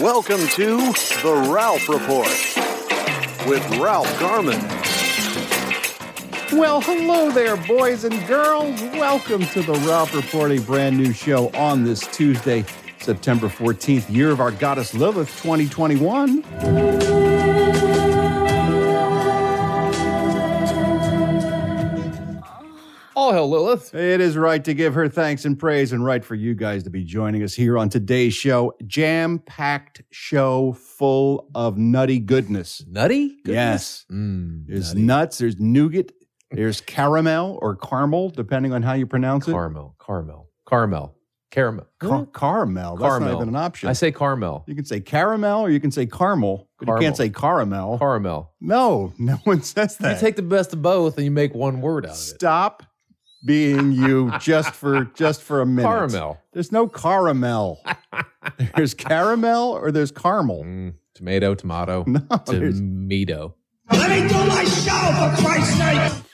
Welcome to The Ralph Report with Ralph Garman. Well, hello there, boys and girls. Welcome to the Ralph Report, a brand new show on this Tuesday, September 14th, year of our goddess Lilith 2021. All hail Lilith. It is right to give her thanks and praise, and right for you guys to be joining us here on today's show. Jam packed show full of nutty goodness. Nutty? Yes. Mm, There's nutty. nuts, there's nougat, there's caramel or caramel, depending on how you pronounce it. caramel, caramel, caramel, caramel. Car- caramel. That's not Caramel. even an option. I say caramel, You can say caramel or you can say caramel, but you Caramel. can't say caramel. caramel. no, no one says You that. take the best of both and you make one word out of it. Stop being you just for just for a minute. Caramel, There's no caramel. there's caramel or there's caramel. Mm, tomato, tomato, No, there's- tomato. Let me do my show, for Christ's sake!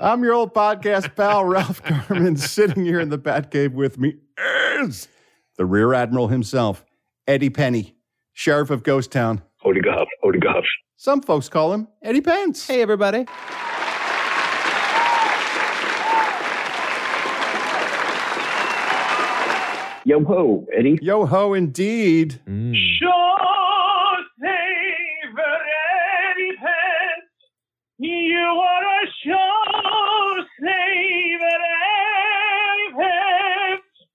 I'm your old podcast pal, Ralph Garman, sitting here in the Batcave with me is the Rear Admiral himself, Eddie Penny, Sheriff of Ghost Town. Holy God, holy God. Some folks call him Eddie Pence. Hey, everybody. Yo ho, Eddie. Yo ho, indeed. Mm. er You are a show er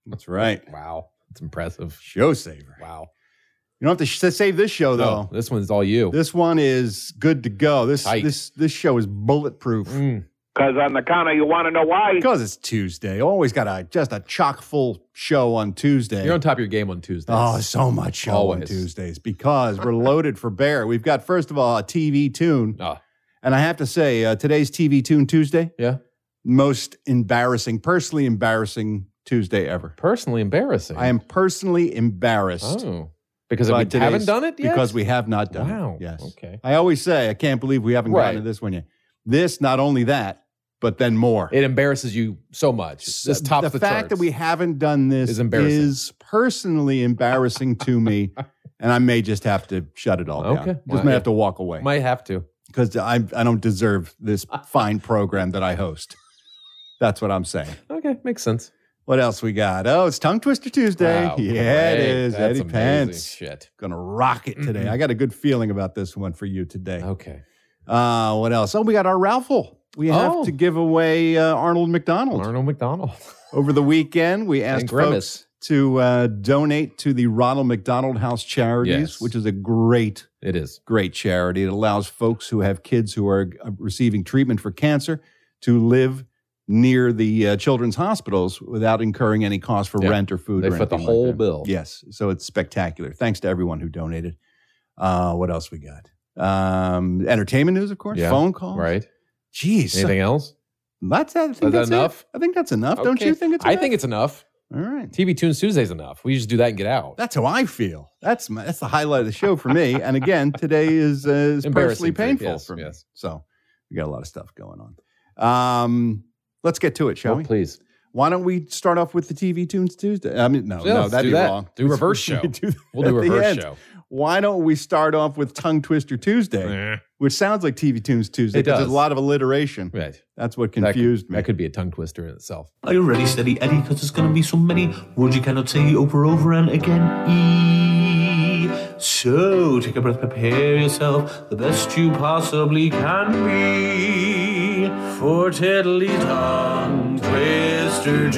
That's right. Wow, it's impressive. Showsaver. Wow. You don't have to sh- save this show though. Oh, this one's all you. This one is good to go. This Tight. this this show is bulletproof Mm. Because on the counter, you want to know why? because it's Tuesday. Always got a just a chock full show on Tuesday. You're on top of your game on Tuesday. Oh, so much show on Always. Tuesdays because we're loaded for bear. We've got first of all a TV tune, Ah, and I have to say uh, today's TV tune Tuesday, yeah. most embarrassing, personally embarrassing Tuesday ever. Personally embarrassing. I am personally embarrassed Oh, because By we today's- haven't done it yet. because we have not done Wow. it. Yes. Okay. I always say I can't believe we haven't gotten Right. to this one yet. This, not only that, but then more. It embarrasses you so much. This tops the, the, fact that charts. we haven't done this Is is, embarrassing. personally embarrassing to me, and I may just have to shut it all down. Okay. Just Well, may yeah. have to walk away might have to. because I I don't deserve this fine program that I host. That's what I'm saying. Okay, makes sense. What else we got? Oh, it's Tongue Twister Tuesday. Wow, yeah, it great. is. That's Eddie amazing Pence Shit. gonna rock it today. Mhm. I got a good feeling about this one for you today. Okay. Uh, what else? Oh, we got our Ralphel. We have Oh. to give away uh, Arnold McDonald. Arnold McDonald. Over the weekend, we asked And folks Grimace. to uh, donate to the Ronald McDonald House Charities, Yes. which is a great, It is. great charity. It allows folks who have kids who are uh, receiving treatment for cancer to live near the uh, children's hospitals without incurring any cost for Yeah. rent or food. They or foot the anything like whole that. bill. Yes, so it's spectacular. Thanks to everyone who donated. Uh, what else we got? Um, entertainment news, of course. Yeah, Phone calls. Right. Jeez, Anything else? that's, I think Is that that's it. enough? I think that's enough. Don't Okay. you think it's? I enough? think it's enough. all right. TV Tunes Tuesday's enough. We just do that and get out. That's how I feel. That's my, that's the highlight of the show for me. And again, today is, uh, is personally Embarrassing for you. painful Yes, for me. yes. So we got a lot of stuff going on. Um, let's get to it, shall Oh, we? please. Why don't we start off with the TV tunes Tuesday? I mean, no, Yeah, no, let's that'd do be that. wrong. Do reverse We show. do that We'll do at the reverse end. show. Why don't we start off with Tongue Twister Tuesday, Eh. which sounds like TV tunes Tuesday It because there's does. a lot of alliteration. Right. That's what That could- confused That could be a tongue twister in itself. Are you ready, steady Eddie? Because there's gonna be so many words you cannot say over, over, and again. E. So take a breath, prepare yourself the best you possibly can be for Tiddly Tongue Twister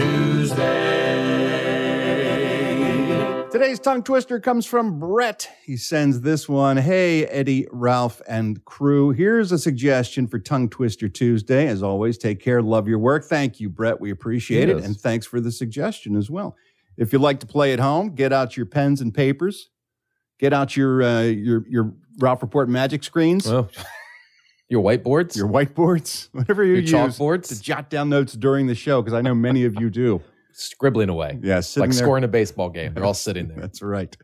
Tuesday. me. Today's tongue twister comes from Brett. He sends this one. Hey, Eddie, Ralph, and crew. Here's a suggestion for Tongue Twister Tuesday. As always, take care, love your work. Thank you, Brett. We appreciate it. Yes. And thanks for the suggestion as well. If you like to play at home, get out your pens and papers. Get out your uh, your your Ralph Report magic screens, Well, your whiteboards, your whiteboards, whatever you Your use chalkboards? to jot down notes during the show, because I know many of you do. scribbling away. Yeah, sitting like there. scoring a baseball game. They're all sitting there. That's right.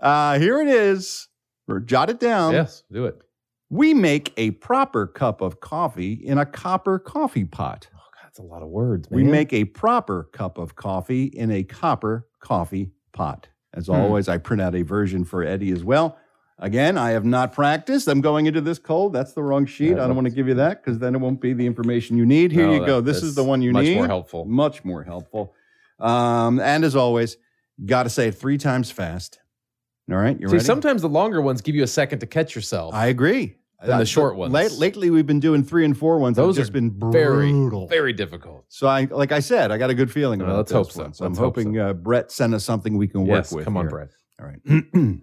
Uh, here it is. Or jot it down. yes, do it. Oh, We make a proper cup of coffee in a copper coffee pot. Oh, God, that's a lot of words, man. We make a proper cup of coffee in a copper coffee pot. As always, I print out a version for Eddie as well. Again, I have not practiced. I'm going into this cold. That's the wrong Yeah, sheet. I don't that's- want to give you that because then it won't be the information you need. Here No, you that- go. This that's is the one you much need. more helpful. Much more helpful. Um, and as always, got to say it three times fast. All right, you See, ready? sometimes the longer ones give you a second to catch yourself. I agree. Than the short one. ones. lately, we've been doing three and four ones. Those Those have just are been very, brutal. very difficult. So I, like I said, I got a good feeling Uh, about let's those hope so. ones. I'm Let's hope hoping so. uh, Brett sent us something we can work yes, with. come on, here. Brett. All right.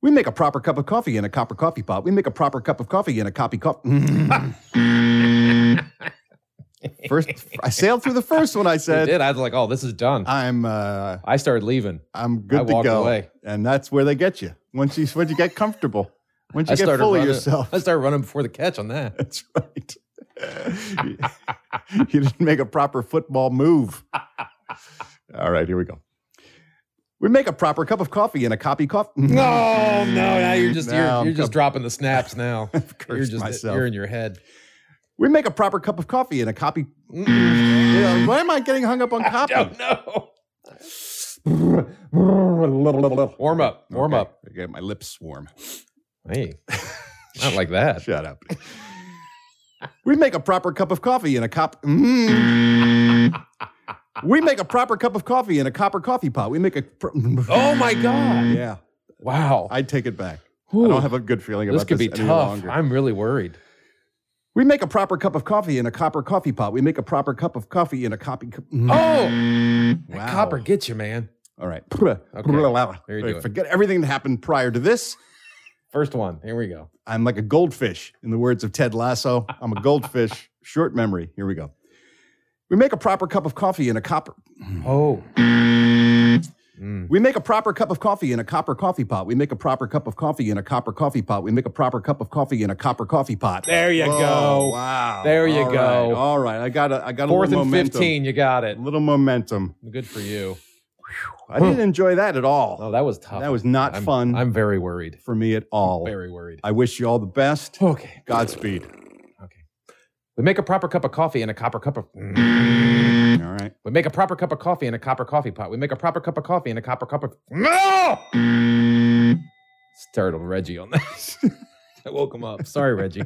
we make a proper cup of coffee in a copper coffee pot. We make a proper cup of coffee in a copy cup. first, I sailed through the first one. I I said, did. I was like, oh, this is done. I, I'm uh, started leaving. I'm I good to walked go, away. and that's where they get you. Once you once you get comfortable, once you I get started full of running. yourself. I started running before the catch on that. That's right. you you didn't make a proper football move. All right, here we go. We make a proper cup of coffee and a copy coffee. No, no, now you're just Now I'm you're, you're just com- dropping the snaps now. you're cursed just myself. you're in your head. We make a proper cup of coffee and a copy. Mm-mm. Yeah, why am I getting hung up on I copy? don't know. warm up, warm Okay, up. Okay, my lips swarm. Hey, not like that. Shut up. we make a proper cup of coffee and a cop. mm. we make a proper cup of coffee in a copper coffee pot. We make a. Pr- Oh my god! yeah, Wow, I take it back. I Whew. don't have a good feeling about this this could be any tough. longer. I'm really worried. We make a proper cup of coffee in a copper coffee pot. We make a proper cup of coffee in a copy. Co- Oh, that Wow. copper gets you, man. All right. There you do it. Forget everything that happened prior to this. First one. Here we go. I'm like a goldfish, in the words of Ted Lasso. I'm a goldfish. Short memory. Here we go. We make a proper cup of coffee in a copper. Oh, We make a proper cup of coffee in a copper coffee pot. We make a proper cup of coffee in a copper coffee pot. We make a proper cup of coffee in a copper coffee pot. there you go. Wow. There you All right. go. All right. I got a, I got a Fourth and little momentum. fifteen. You got it. A little momentum. Good for you. I didn't enjoy that at all. Oh, that was tough. That was not I'm- fun. I'm very worried. for me at all. Very worried. I wish you all the best. Okay. Godspeed. We make a proper cup of coffee in a copper cup of. mm. All right. We make a proper cup of coffee in a copper coffee pot. We make a proper cup of coffee in a copper cup of. No! Startled Reggie on that. I woke him up. Sorry, Reggie.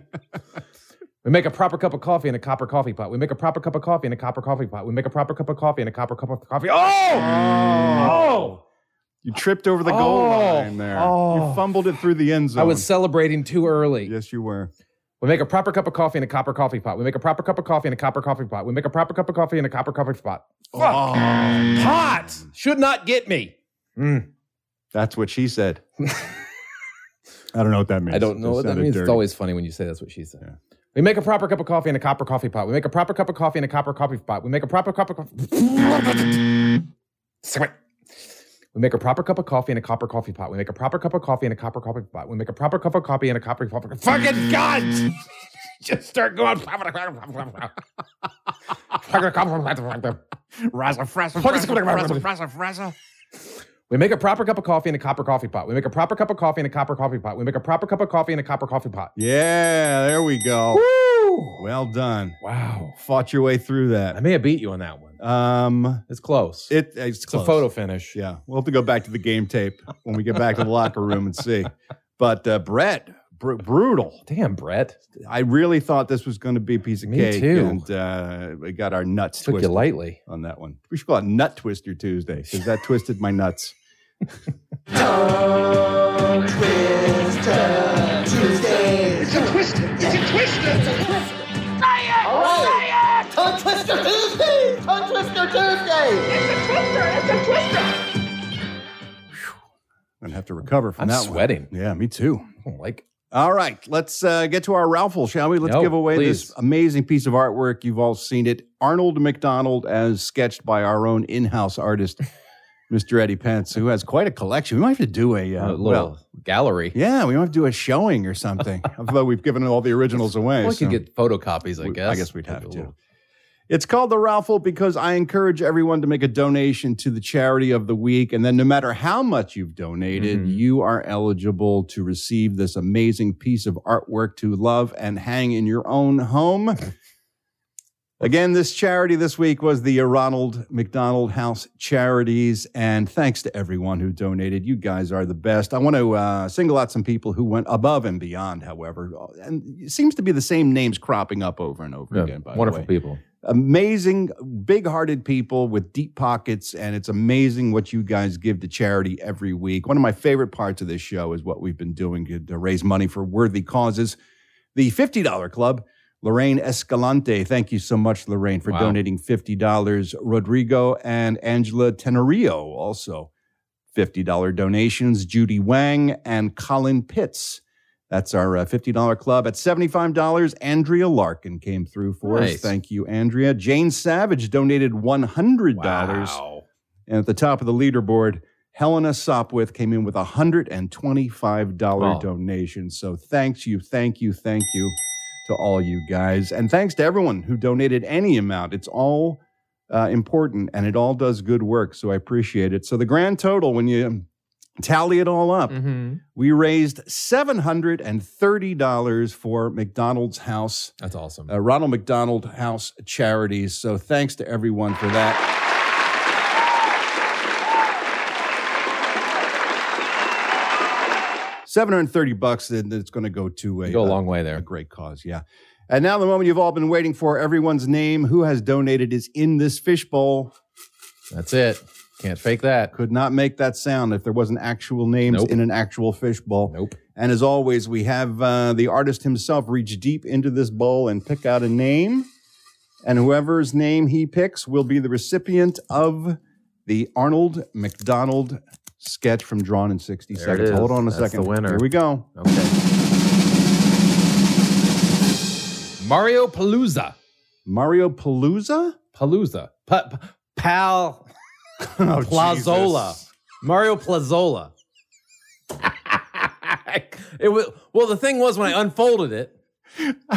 We make a proper cup of coffee in a copper coffee pot. We make a proper cup of coffee in a copper coffee pot. We make a proper cup of coffee in a copper cup of coffee. Oh! Oh. You tripped over the goal Oh. line there. Oh. You fumbled it through the end zone. I was celebrating too early. Yes, you were. We make a proper cup of coffee in a copper coffee pot. We make a proper cup of coffee in a copper coffee pot. We make a proper cup of coffee in a copper coffee pot. Oh. Pot should not get me. That's what she said. I don't know what that means. I don't know It what that sounded means. It's dirty. always funny when you say that's what she said. We make a proper cup of coffee in a copper coffee pot. We make a proper cup of coffee in a copper coffee pot. We make a proper cup of coffee. We make a proper cup of coffee in a copper coffee pot. We make a proper cup of coffee in a copper coffee pot. We make a proper cup of coffee in a copper coffee pot. Fucking God! Just start going. We make a proper cup of coffee in a copper coffee pot. We make a proper cup of coffee in a copper coffee pot. We make a proper cup of coffee in a copper coffee pot. Yeah, there we go. Woo! Well done. Wow. Fought your way through I that. may have beat you on that one. Um, It's close. it, it's, it's close. a photo finish. Yeah, we'll have to go back to the game tape when we get back to the locker room and see. But uh, Brett, br- brutal. Damn, Brett. I really thought this was going to be a piece of Me cake, too. and uh, we got our nuts Took you twisted lightly. on that one. We should call it Nut Twister Tuesday because that twisted my nuts. It's a twister. It's a twister. Tongue Twister Tuesday! Tongue Twister Tuesday! I'm gonna have to recover from I'm that sweating. one. Yeah, me too. I don't like All right, let's uh, get to our raffle, shall we? Let's No, give away this please. amazing piece of artwork. You've all seen it. Arnold McDonald, as sketched by our own in house artist, Mr. Eddie Pence, who has quite a collection. We might have to do a, uh, a little well, gallery. yeah, we might have to do a showing or something. Although we've given all the originals away. Well, we so- could get photocopies, I we- guess. I guess we'd Like have a to. little- It's called the raffle because I encourage everyone to make a donation to the charity of the week. And then, no matter how much you've donated, Mhm. you are eligible to receive this amazing piece of artwork to love and hang in your own home. Again, this charity this week was the Ronald McDonald House Charities. And thanks to everyone who donated. You guys are the best. I want to uh, single out some people who went above and beyond, however. And it seems to be the same names cropping up over and over Yeah, again, by the wonderful way people. amazing, big hearted people with deep pockets. And it's amazing what you guys give to charity every week. One of my favorite parts of this show is what we've been doing to- to raise money for worthy causes. The $50 Club, Lorraine Escalante. Thank you so much, Lorraine, for Wow. donating $50. Rodrigo and Angela Tenorio also. $50 donations, Judy Wang and Colin Pitts. That's our uh, $50 club. At $75, Andrea Larkin came through for us. Nice. Thank you, Andrea. Jane Savage donated $100. And at the top of the leaderboard, Helena Sopwith came in with a $125 Oh. donation. So thanks you, thank you, thank you to all you guys. And thanks to everyone who donated any amount. It's all uh, important and it all does good work. So I appreciate it. So the grand total, when you tally it all up, Mhm. we raised $730 for McDonald's House That's awesome. uh, Ronald McDonald House Charities. So thanks to everyone for that. Seven hundred thirty bucks, and it's going to go to a, you go a uh, long way a there. great cause. Yeah. And now the moment you've all been waiting for. Everyone's name, who has donated, is in this fishbowl. That's it. Can't fake that. Could not make that sound if there wasn't actual names Nope. in an actual fishbowl. Nope. And as always, we have uh, the artist himself reach deep into this bowl and pick out a name. And whoever's name he picks will be the recipient of the Arnold McDonald sketch from Drawn in 60 There it Seconds. Hold is. on a That's second. the winner. Here we go. Okay. Mario Palooza. Mario Palooza? Palooza. Pa- pa- pal. Oh, Plazola. Jesus. Mario Plazola. it was, well, the thing was when I unfolded it,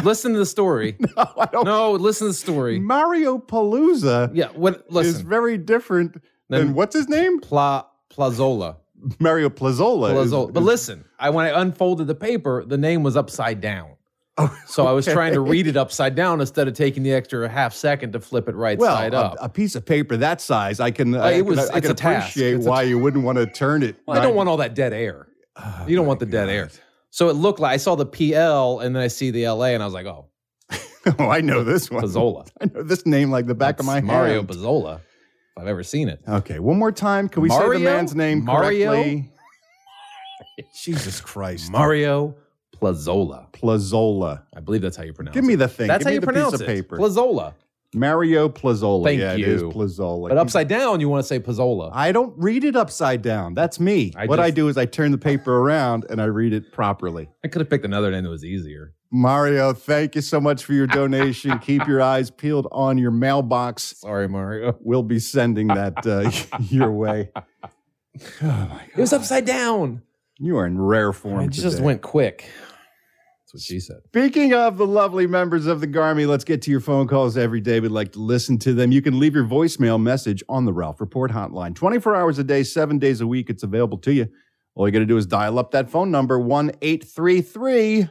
listen to the story. No, Oh, I don't. No, listen to the story. Mario Palooza Yeah, what? is Listen, very different Then- than what's his name? Pla Plazola. Mario Plazola. is- Plazola. But listen, I when I unfolded the paper, the name was upside down. Oh, So I was trying to read it upside down instead of taking the extra half second to flip it right well, side a- up. A, piece of paper that size, I can. I, it can- was- I it's can a task. appreciate It's a why you wouldn't want to turn it. Well, I don't nine- want all that dead air. Oh, You don't want my the dead air. So it looked like I saw the PL and then I see the LA and I was like, oh, God. Oh, I know this one. Pizzola. I know this name like the back That's of my Mario hand. Pizzola. If I've ever seen it. Okay, one more time. Can we say the Mario? man's name Mario? correctly? Jesus Christ, Mario Plazola. Plazola. I believe that's how you pronounce Give it. me the thing. That's Give how me you the pronounce piece of it. paper. Plazola. Mario Plazola. Thank yeah, it is you. Plazola. But upside down, you want to say Pizzola. I don't read it upside down. That's me. I what I just- do is I turn the paper around and I read it properly. I could have picked another name that was easier. Mario, thank you so much for your donation. Keep your eyes peeled on your mailbox. Sorry, Mario. We'll be sending that uh, your way. Oh my It God. was upside down. You are in rare form. I just today. went quick. That's what she said. Speaking of the lovely members of the Garmy, let's get to your phone calls every day. We'd like to listen to them. You can leave your voicemail message on the Ralph Report hotline 24 hours a day, seven days a week. It's available to you. All you got to do is dial up that phone number, 1 833.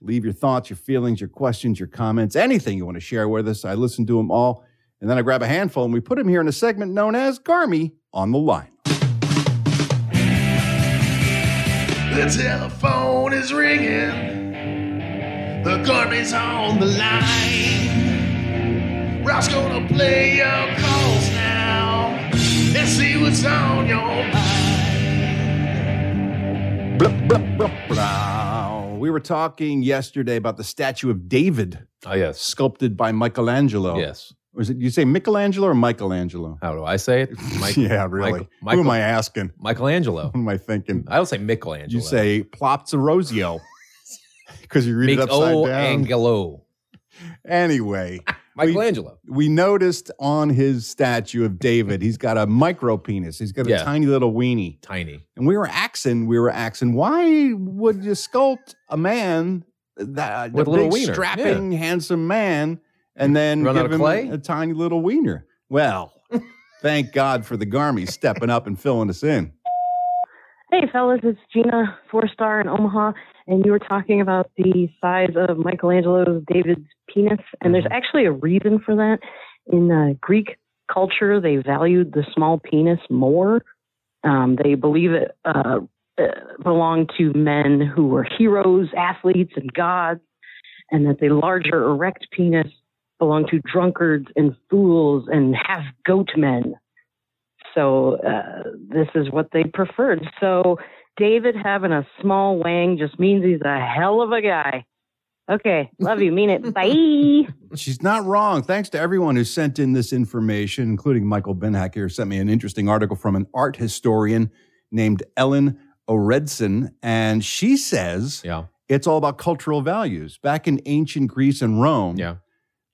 Leave your thoughts, your feelings, your questions, your comments, anything you want to share with us. I listen to them all. And then I grab a handful and we put them here in a segment known as Garmy on the Line. The telephone is ringing. The garbage on the line. Ralph's gonna play your calls now. Let's see what's on your mind. Blah, blah, blah, blah. We were talking yesterday about the statue of David Oh, yes. sculpted by Michelangelo. Yes. Was it you say Michelangelo or Michelangelo? How do I say it? Mike- yeah, really. Michael- Who am Michael- I asking? Michelangelo. Who am I thinking? I don't say Michelangelo. You say Plopzerosio because you read it upside Michelangelo. down. Anyway, Michelangelo. we noticed on his statue of David, he's got a micro penis. He's got a Yeah. tiny little weenie. Tiny. And we were axing, we were axing, why would you sculpt a man, that, With a a little big, wiener, strapping, handsome man, and then Run out give of him clay? a tiny little wiener? Well, thank God for the Garmy stepping up and filling us in. Hey, fellas, it's Gina, four star in Omaha, and you were talking about the size of Michelangelo's David's penis, and there's actually a reason for that. In uh, Greek culture, they valued the small penis more. Um, they believe it uh, uh, belonged to men who were heroes, athletes, and gods, and that the larger erect penis belonged to drunkards and fools and half goat men. So uh, this is what they preferred. So David having a small wang just means he's a hell of a guy. Okay, love you. Mean it. Bye. She's not wrong. Thanks to everyone who sent in this information, including Michael Benhack here, sent me an interesting article from an art historian named Ellen Oredson. And she says Yeah. it's all about cultural values. Back in ancient Greece and Rome, Yeah.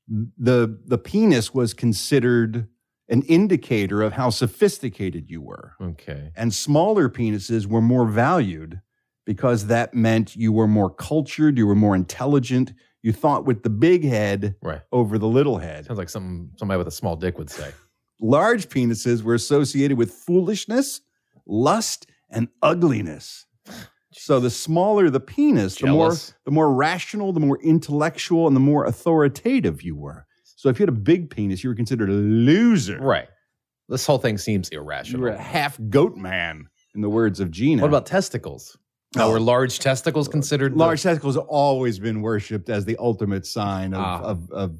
the, the penis was considered an indicator of how sophisticated you were. Okay. And smaller penises were more valued because that meant you were more cultured, you were more intelligent, you thought with the big head Right. over the little head. Sounds like something somebody with a small dick would say. Large penises were associated with foolishness, lust, and ugliness. So the smaller the penis, the more Jealous. the more rational, the more intellectual, and the more authoritative you were. So if you had a big penis, you were considered a loser. Right. This whole thing seems irrational. You were a half goat man, in the words of Gina. What about testicles? Now, Oh. were large testicles considered the- large testicles? Have always been worshipped as the ultimate sign of Ah. of, of,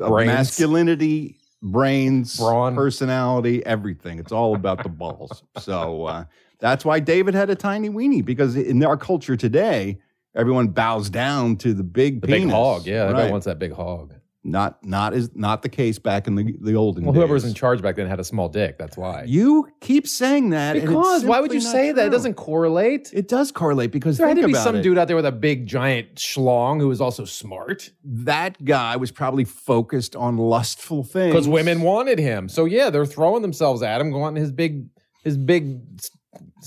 of Brains. masculinity, brains, Brawn. personality, everything. It's all about the balls. So uh, that's why David had a tiny weenie because in our culture today, everyone bows down to the big the penis. big hog? Yeah, everybody Right. wants that big hog. not not is not the case back in the the olden Well, whoever was in days. charge back then had a small dick. That's why. You keep saying that and it's because why would simply you not say that? It true. doesn't correlate. It does correlate because there had think to be about some it. dude out there with a big giant schlong who was also smart that guy was probably focused on lustful things because women wanted him. So yeah, they're throwing themselves at him, going his big, his big s-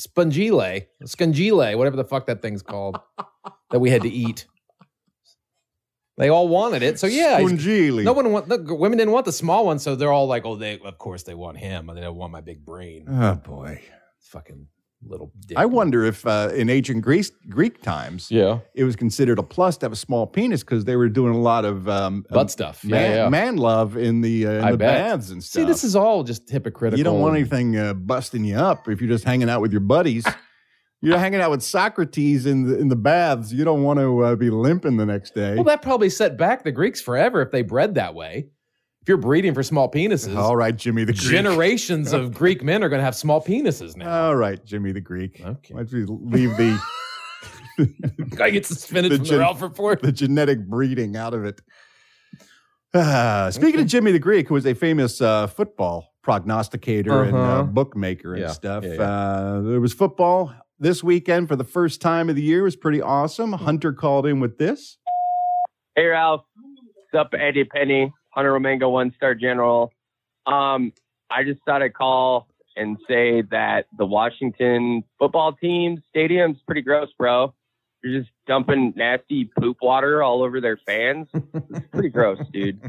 spongile, scungile, whatever the fuck that thing's called that we had to eat. They all wanted it. So yeah, he's- Spongili. no one want the women didn't want the small one, so they're all like, oh, they of course they want him, and they don't want my big brain, Oh boy! fucking little. dick. I wonder if uh, in ancient Greece, Greek times, Yeah, it was considered a plus to have a small penis because they were doing a lot of um, butt stuff. Yeah, man, yeah. man love in the uh, in I the bet. baths and stuff. See, this is all just hypocritical. you don't want anything uh, busting you up if you're just hanging out with your buddies. You're hanging out with Socrates in the in the baths. You don't want to uh, be limping the next day. Well, that probably set back the Greeks forever if they bred that way. If you're breeding for small penises, All right, Jimmy the Greek. generations of Greek men are going to have small penises now. All right, Jimmy the Greek. Okay. Why don't we leave the Guy gets the spinach The from gen- the Ralph Report. the genetic breeding out of it. Ah, speaking of Jimmy the Greek, who was a famous uh, football prognosticator and uh, Uh-huh. bookmaker and Yeah, stuff, yeah, yeah. Uh, there was football this weekend for the first time of the year. It was pretty awesome. Hmm. Hunter called in with this. Hey Ralph, what's up? Eddie Penny, Hunter Romango, one star general. Um, I just thought I'd call and say that the Washington football team stadium's pretty gross, bro. You're just dumping nasty poop water all over their fans. It's pretty gross, dude.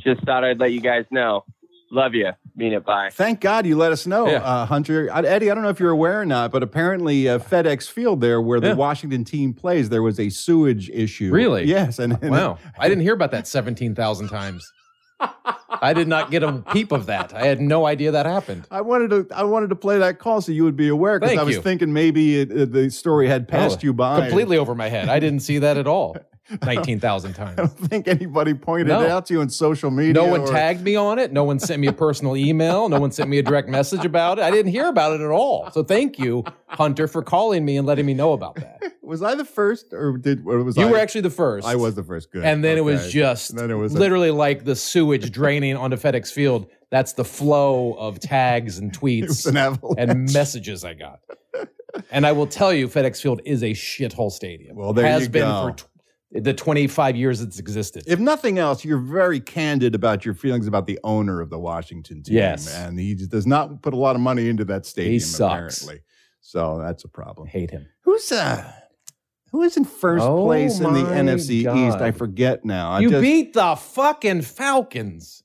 Just thought I'd let you guys know. Love you. Mean it. Bye. Thank God you let us know, Yeah. uh, Hunter. I, Eddie, I don't know if you're aware or not, but apparently uh, FedEx Field there, where the Yeah. Washington team plays, there was a sewage issue. Really? Yes. And, and Wow. I didn't hear about that 17,000 times. I did not get a peep of that. I had no idea that happened. I wanted to I wanted to play that call so you would be aware because Thank I was you. thinking maybe it, it- the story had passed Oh, you by. Completely over my head. I didn't see that at all. 19,000 I times. don't think anybody pointed No. it out to you on social media. No one or- tagged me on it. No one sent me a personal email. No one sent me a direct message about it. I didn't hear about it at all. So thank you, Hunter, for calling me and letting me know about that. Was I the first, or did or was You I, were actually the first. I was the first. Good. And then it was Okay. just Then it was a- literally like the sewage draining onto FedEx Field. That's the flow of tags and It was tweets an avalanche. and messages I got. And I will tell you, FedEx Field is a shithole stadium. Well, there Has you been go. for tw- the 25 years it's existed. If nothing else, you're very candid about your feelings about the owner of the Washington team. Yes. And he just does not put a lot of money into that stadium, sucks. apparently. So that's a problem. Hate him. Who's uh who is in first Oh place in the my NFC East? God. I forget now. I you just- beat the fucking Falcons.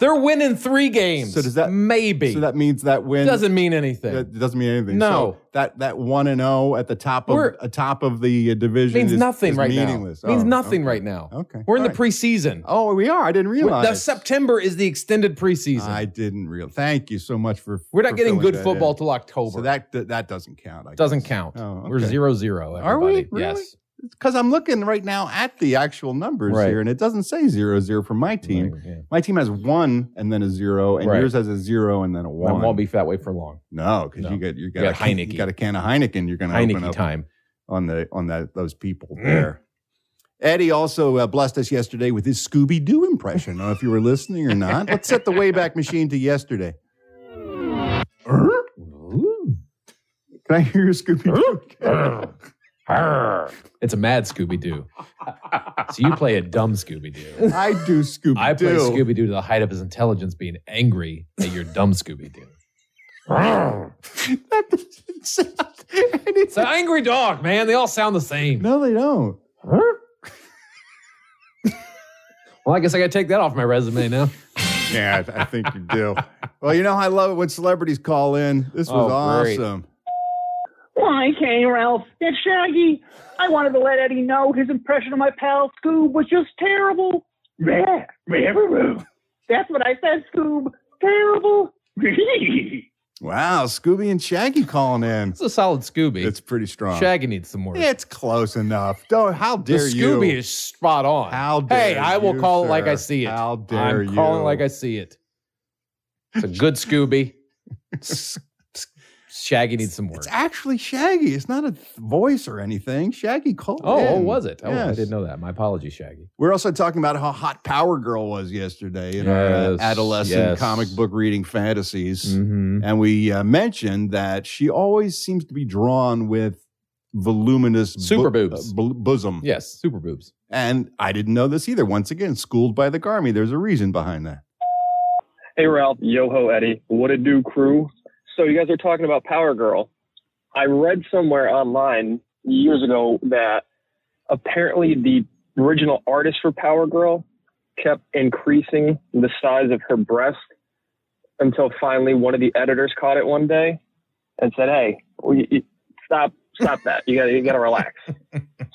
They're winning three games. So does that- maybe so that means that win doesn't mean anything? that doesn't mean anything. No. So that that one and zero at the top of We're- uh, top of the uh, division means is, nothing is right meaningless. now. Means Oh, nothing okay. right now. Okay. We're in All the preseason. Oh, we are. I didn't We're- realize. The September is the extended preseason. I didn't real. Thank you so much for. We're not for getting filling good that football in. till October. So that that, that doesn't count. I doesn't guess. count. Oh, We're okay. zero zero. Are we? everybody. Really? Yes. Because I'm looking right now at the actual numbers Right. here, and it doesn't say zero zero for my team. Right, yeah. My team has one and then a zero, and Right. yours has a zero and then a one. That won't be that way for long. no, because No. you got you got, got a can, you Heineke. got a can of Heineken. You're going to open Heineke up time. Mm. on the on that those people there. Eddie also uh, blessed us yesterday with his Scooby Doo impression. I don't know if you were listening or not. Let's set the Wayback Machine to yesterday. Can I hear your Scooby Doo? It's a mad Scooby Doo. so you play a dumb Scooby Doo. I do Scooby Doo. I play Scooby Doo to the height of his intelligence, being angry at your dumb Scooby Doo. That doesn't sound anything. It's an angry dog, man. They all sound the same. No, they don't. Well, I guess I got to take that off my resume now. Yeah, I, I think you do. Well, you know, I love it when celebrities call in. This was Oh, great. awesome. Why, K. Ralph, it's Shaggy. I wanted to let Eddie know his impression of my pal Scoob was just terrible. Yeah, That's what I said, Scoob. Terrible. Wow, Scooby and Shaggy calling in. It's a solid Scooby. It's pretty strong. Shaggy needs some more. It's close enough. Don't. How the dare you? Scooby is spot on. How dare hey, I will you, call it like sir. I see it. How dare I'm you? calling it like I see it. It's a good Scooby. S- s- Shaggy needs some work. It's actually Shaggy. It's not a th- voice or anything. Shaggy called. Oh, in. oh, was it? Oh, I Yes. didn't know that. My apologies, Shaggy. We're also talking about how hot Power Girl was yesterday in our uh, Yes, adolescent yes. comic book reading fantasies. Mm-hmm. And we uh, mentioned that she always seems to be drawn with voluminous bo- Super boobs. uh, bo- bosom. Yes, super boobs. And I didn't know this either. Once again, schooled by the Garmy. There's a reason behind that. Hey, Ralph. Yo ho, Eddie. What a do, crew. So, you guys are talking about Power Girl. I read somewhere online years ago that apparently the original artist for Power Girl kept increasing the size of her breast until finally one of the editors caught it one day and said, "Hey, we, you- stop, stop that. You got, to you got to relax."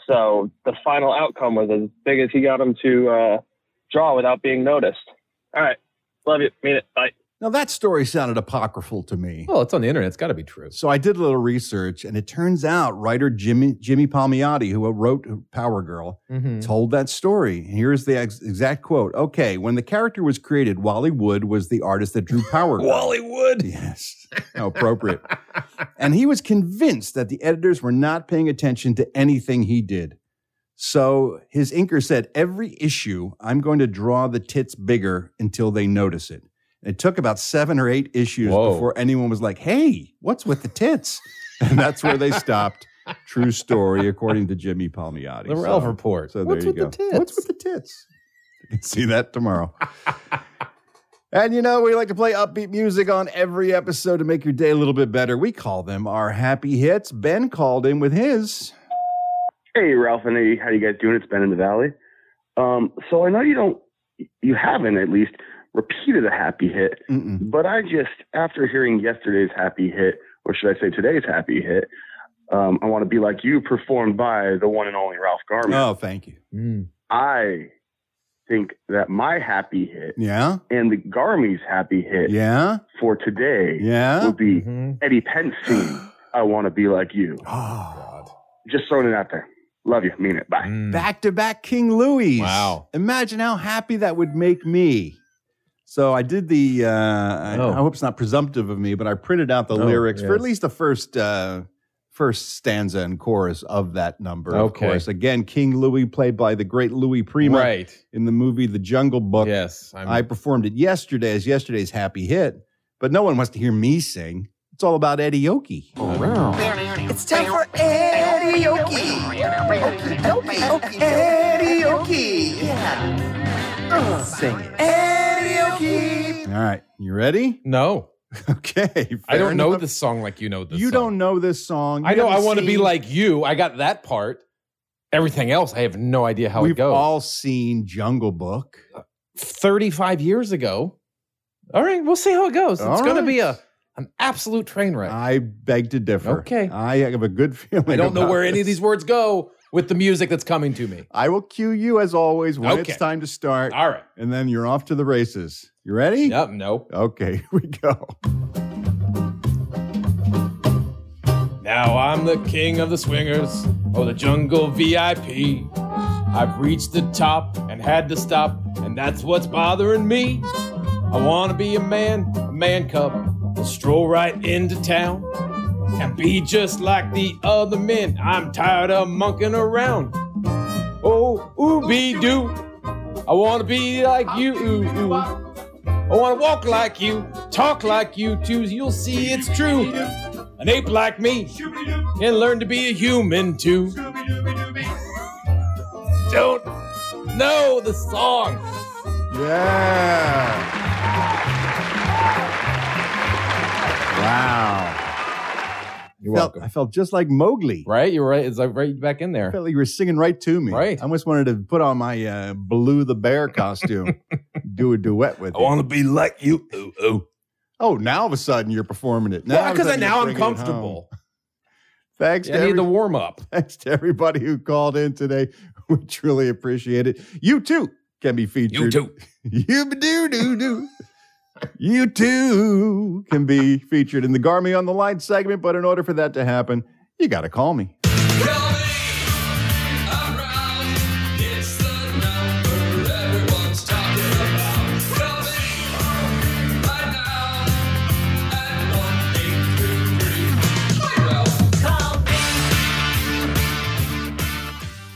so the final outcome was as big as he got him to uh, draw without being noticed. All right, love you. Mean it. Bye. Now, that story sounded apocryphal to me. Well, it's on the internet. It's got to be true. So I did a little research, and it turns out writer Jimmy Jimmy Palmiotti, who wrote Power Girl, Mhm. told that story. Here's the ex- exact quote. Okay, when the character was created, Wally Wood was the artist that drew Power Girl. Wally Wood? Yes. How appropriate. and he was convinced that the editors were not paying attention to anything he did. So his inker said, Every issue, I'm going to draw the tits bigger until they notice it. It took about seven or eight issues Whoa. before anyone was like, Hey, what's with the tits? And that's where they stopped. True story, according to Jimmy Palmiotti. The Ralph So- Report. so What's there you with go. the tits? What's with the tits? You can see that tomorrow. and you know, we like to play upbeat music on every episode to make your day a little bit better. We call them our happy hits. Ben called in with his. Hey, Ralph and Eddie, how you guys doing? It's Ben in the Valley. Um, so I know you don't, you haven't at least repeated a happy hit, Mm-mm. but I just, after hearing yesterday's happy hit, or should I say today's happy hit, um, I want to be like you, performed by the one and only Ralph Garman. Oh, thank you. Mm. I think that my happy hit Yeah, and the Garmy's happy hit yeah, for today yeah. Mm-hmm. will be Mhm. Eddie Pence singing, I want to be like you. ah. Oh, Just throwing it out there. Love you. Mean it. Bye. Mm. back to back King Louis. Wow. Imagine how happy that would make me. So I did the. Uh, I, Oh. I hope it's not presumptive of me, but I printed out the Oh, lyrics for at yes. least the first uh, first stanza and chorus of that number. Okay. Of course, again, King Louis, played by the great Louis Prima Right. in the movie The Jungle Book. Yes. I'm, I performed it yesterday as yesterday's happy hit, but no one wants to hear me sing. Oh. It's all about Eddie Yoki. Wow. It's time for Eddie Yoki. Okie dokie, okie dokie. Okie yeah. Sing it. All right. You ready? No. Okay. I fair don't know enough. this song like you know this. You song. don't know this song. I You know. I haven't want to be seen- like you. I got that part. Everything else, I have no idea how We've it goes. all seen Jungle Book. Thirty-five years ago. All right, we'll see how it goes. It's All going right. to be a an absolute train wreck. I beg to differ. Okay. I have a good feeling. I don't know about where any of this. these words go with the music that's coming to me. I will cue you as always when Okay. it's time to start, All right. and then you're off to the races. You ready? Yep. No. Okay, here we go. Now I'm the king of the swingers, or the jungle VIP. I've reached the top and had to stop, and that's what's bothering me. I wanna be a man, a man cub, and stroll right into town and be just like the other men. I'm tired of monking around. Oh, ooby doo. I wanna be like you. Ooh, ooh. I wanna walk like you, talk like you too. You'll see it's true. An ape like me and learn to be a human too. Don't know the song. Yeah. Wow. You're Felt- welcome. I felt just like Mowgli. Right? You're right. It's like right back in I there. felt like you were singing right to me. Right. I almost wanted to put on my uh, Blue the Bear costume, do a duet with you. to be like you. Ooh, ooh. Oh, now all of a sudden you're performing it. Now all Well, of a because sudden you're now I'm bringing it home. comfortable. Thanks I to need every- the warm up. Thanks to everybody who called in today. We truly appreciate it. You too can be featured. You do do do. You too can be featured in the Garmy on the Line segment, but in order for that to happen, you got to call me.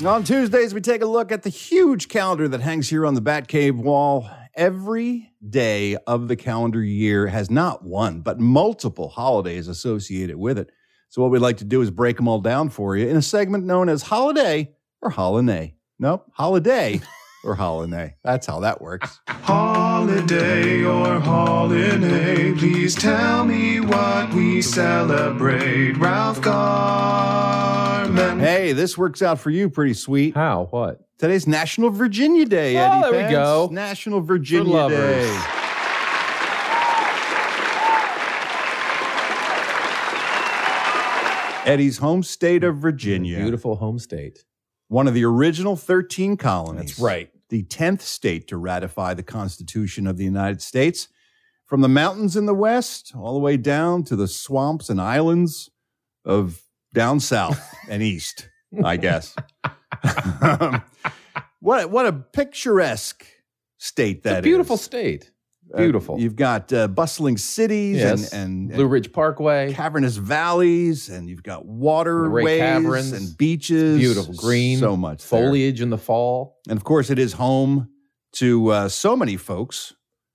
On Tuesdays, we take a look at the huge calendar that hangs here on the Batcave wall. Every day of the calendar year has not one, but multiple holidays associated with it. So, what we'd like to do is break them all down for you in a segment known as Holiday or Holiday. Nope, Holiday or Holiday. That's how that works. Holiday or holiday, please tell me what we celebrate. Ralph Garman. Hey, this works out for you pretty sweet. How? What? Today's National Virginia Day. Oh, Eddie there we Pence. go. National For Virginia lovers. Day. Eddie's home state of Virginia, Beautiful home state. one of the original 13 colonies. That's right. The 10th state to ratify the Constitution of the United States. From the mountains in the west all the way down to the swamps and islands of down south and east, I guess. Um, what, what a picturesque state It's that a is. beautiful state. Uh, Beautiful. you've got uh, bustling cities Yes. and, and, Blue Ridge Parkway. cavernous valleys and you've got waterways caverns. and beaches. Beautiful. Green. So much there. Foliage in the fall. And of course, it is home to uh, so many folks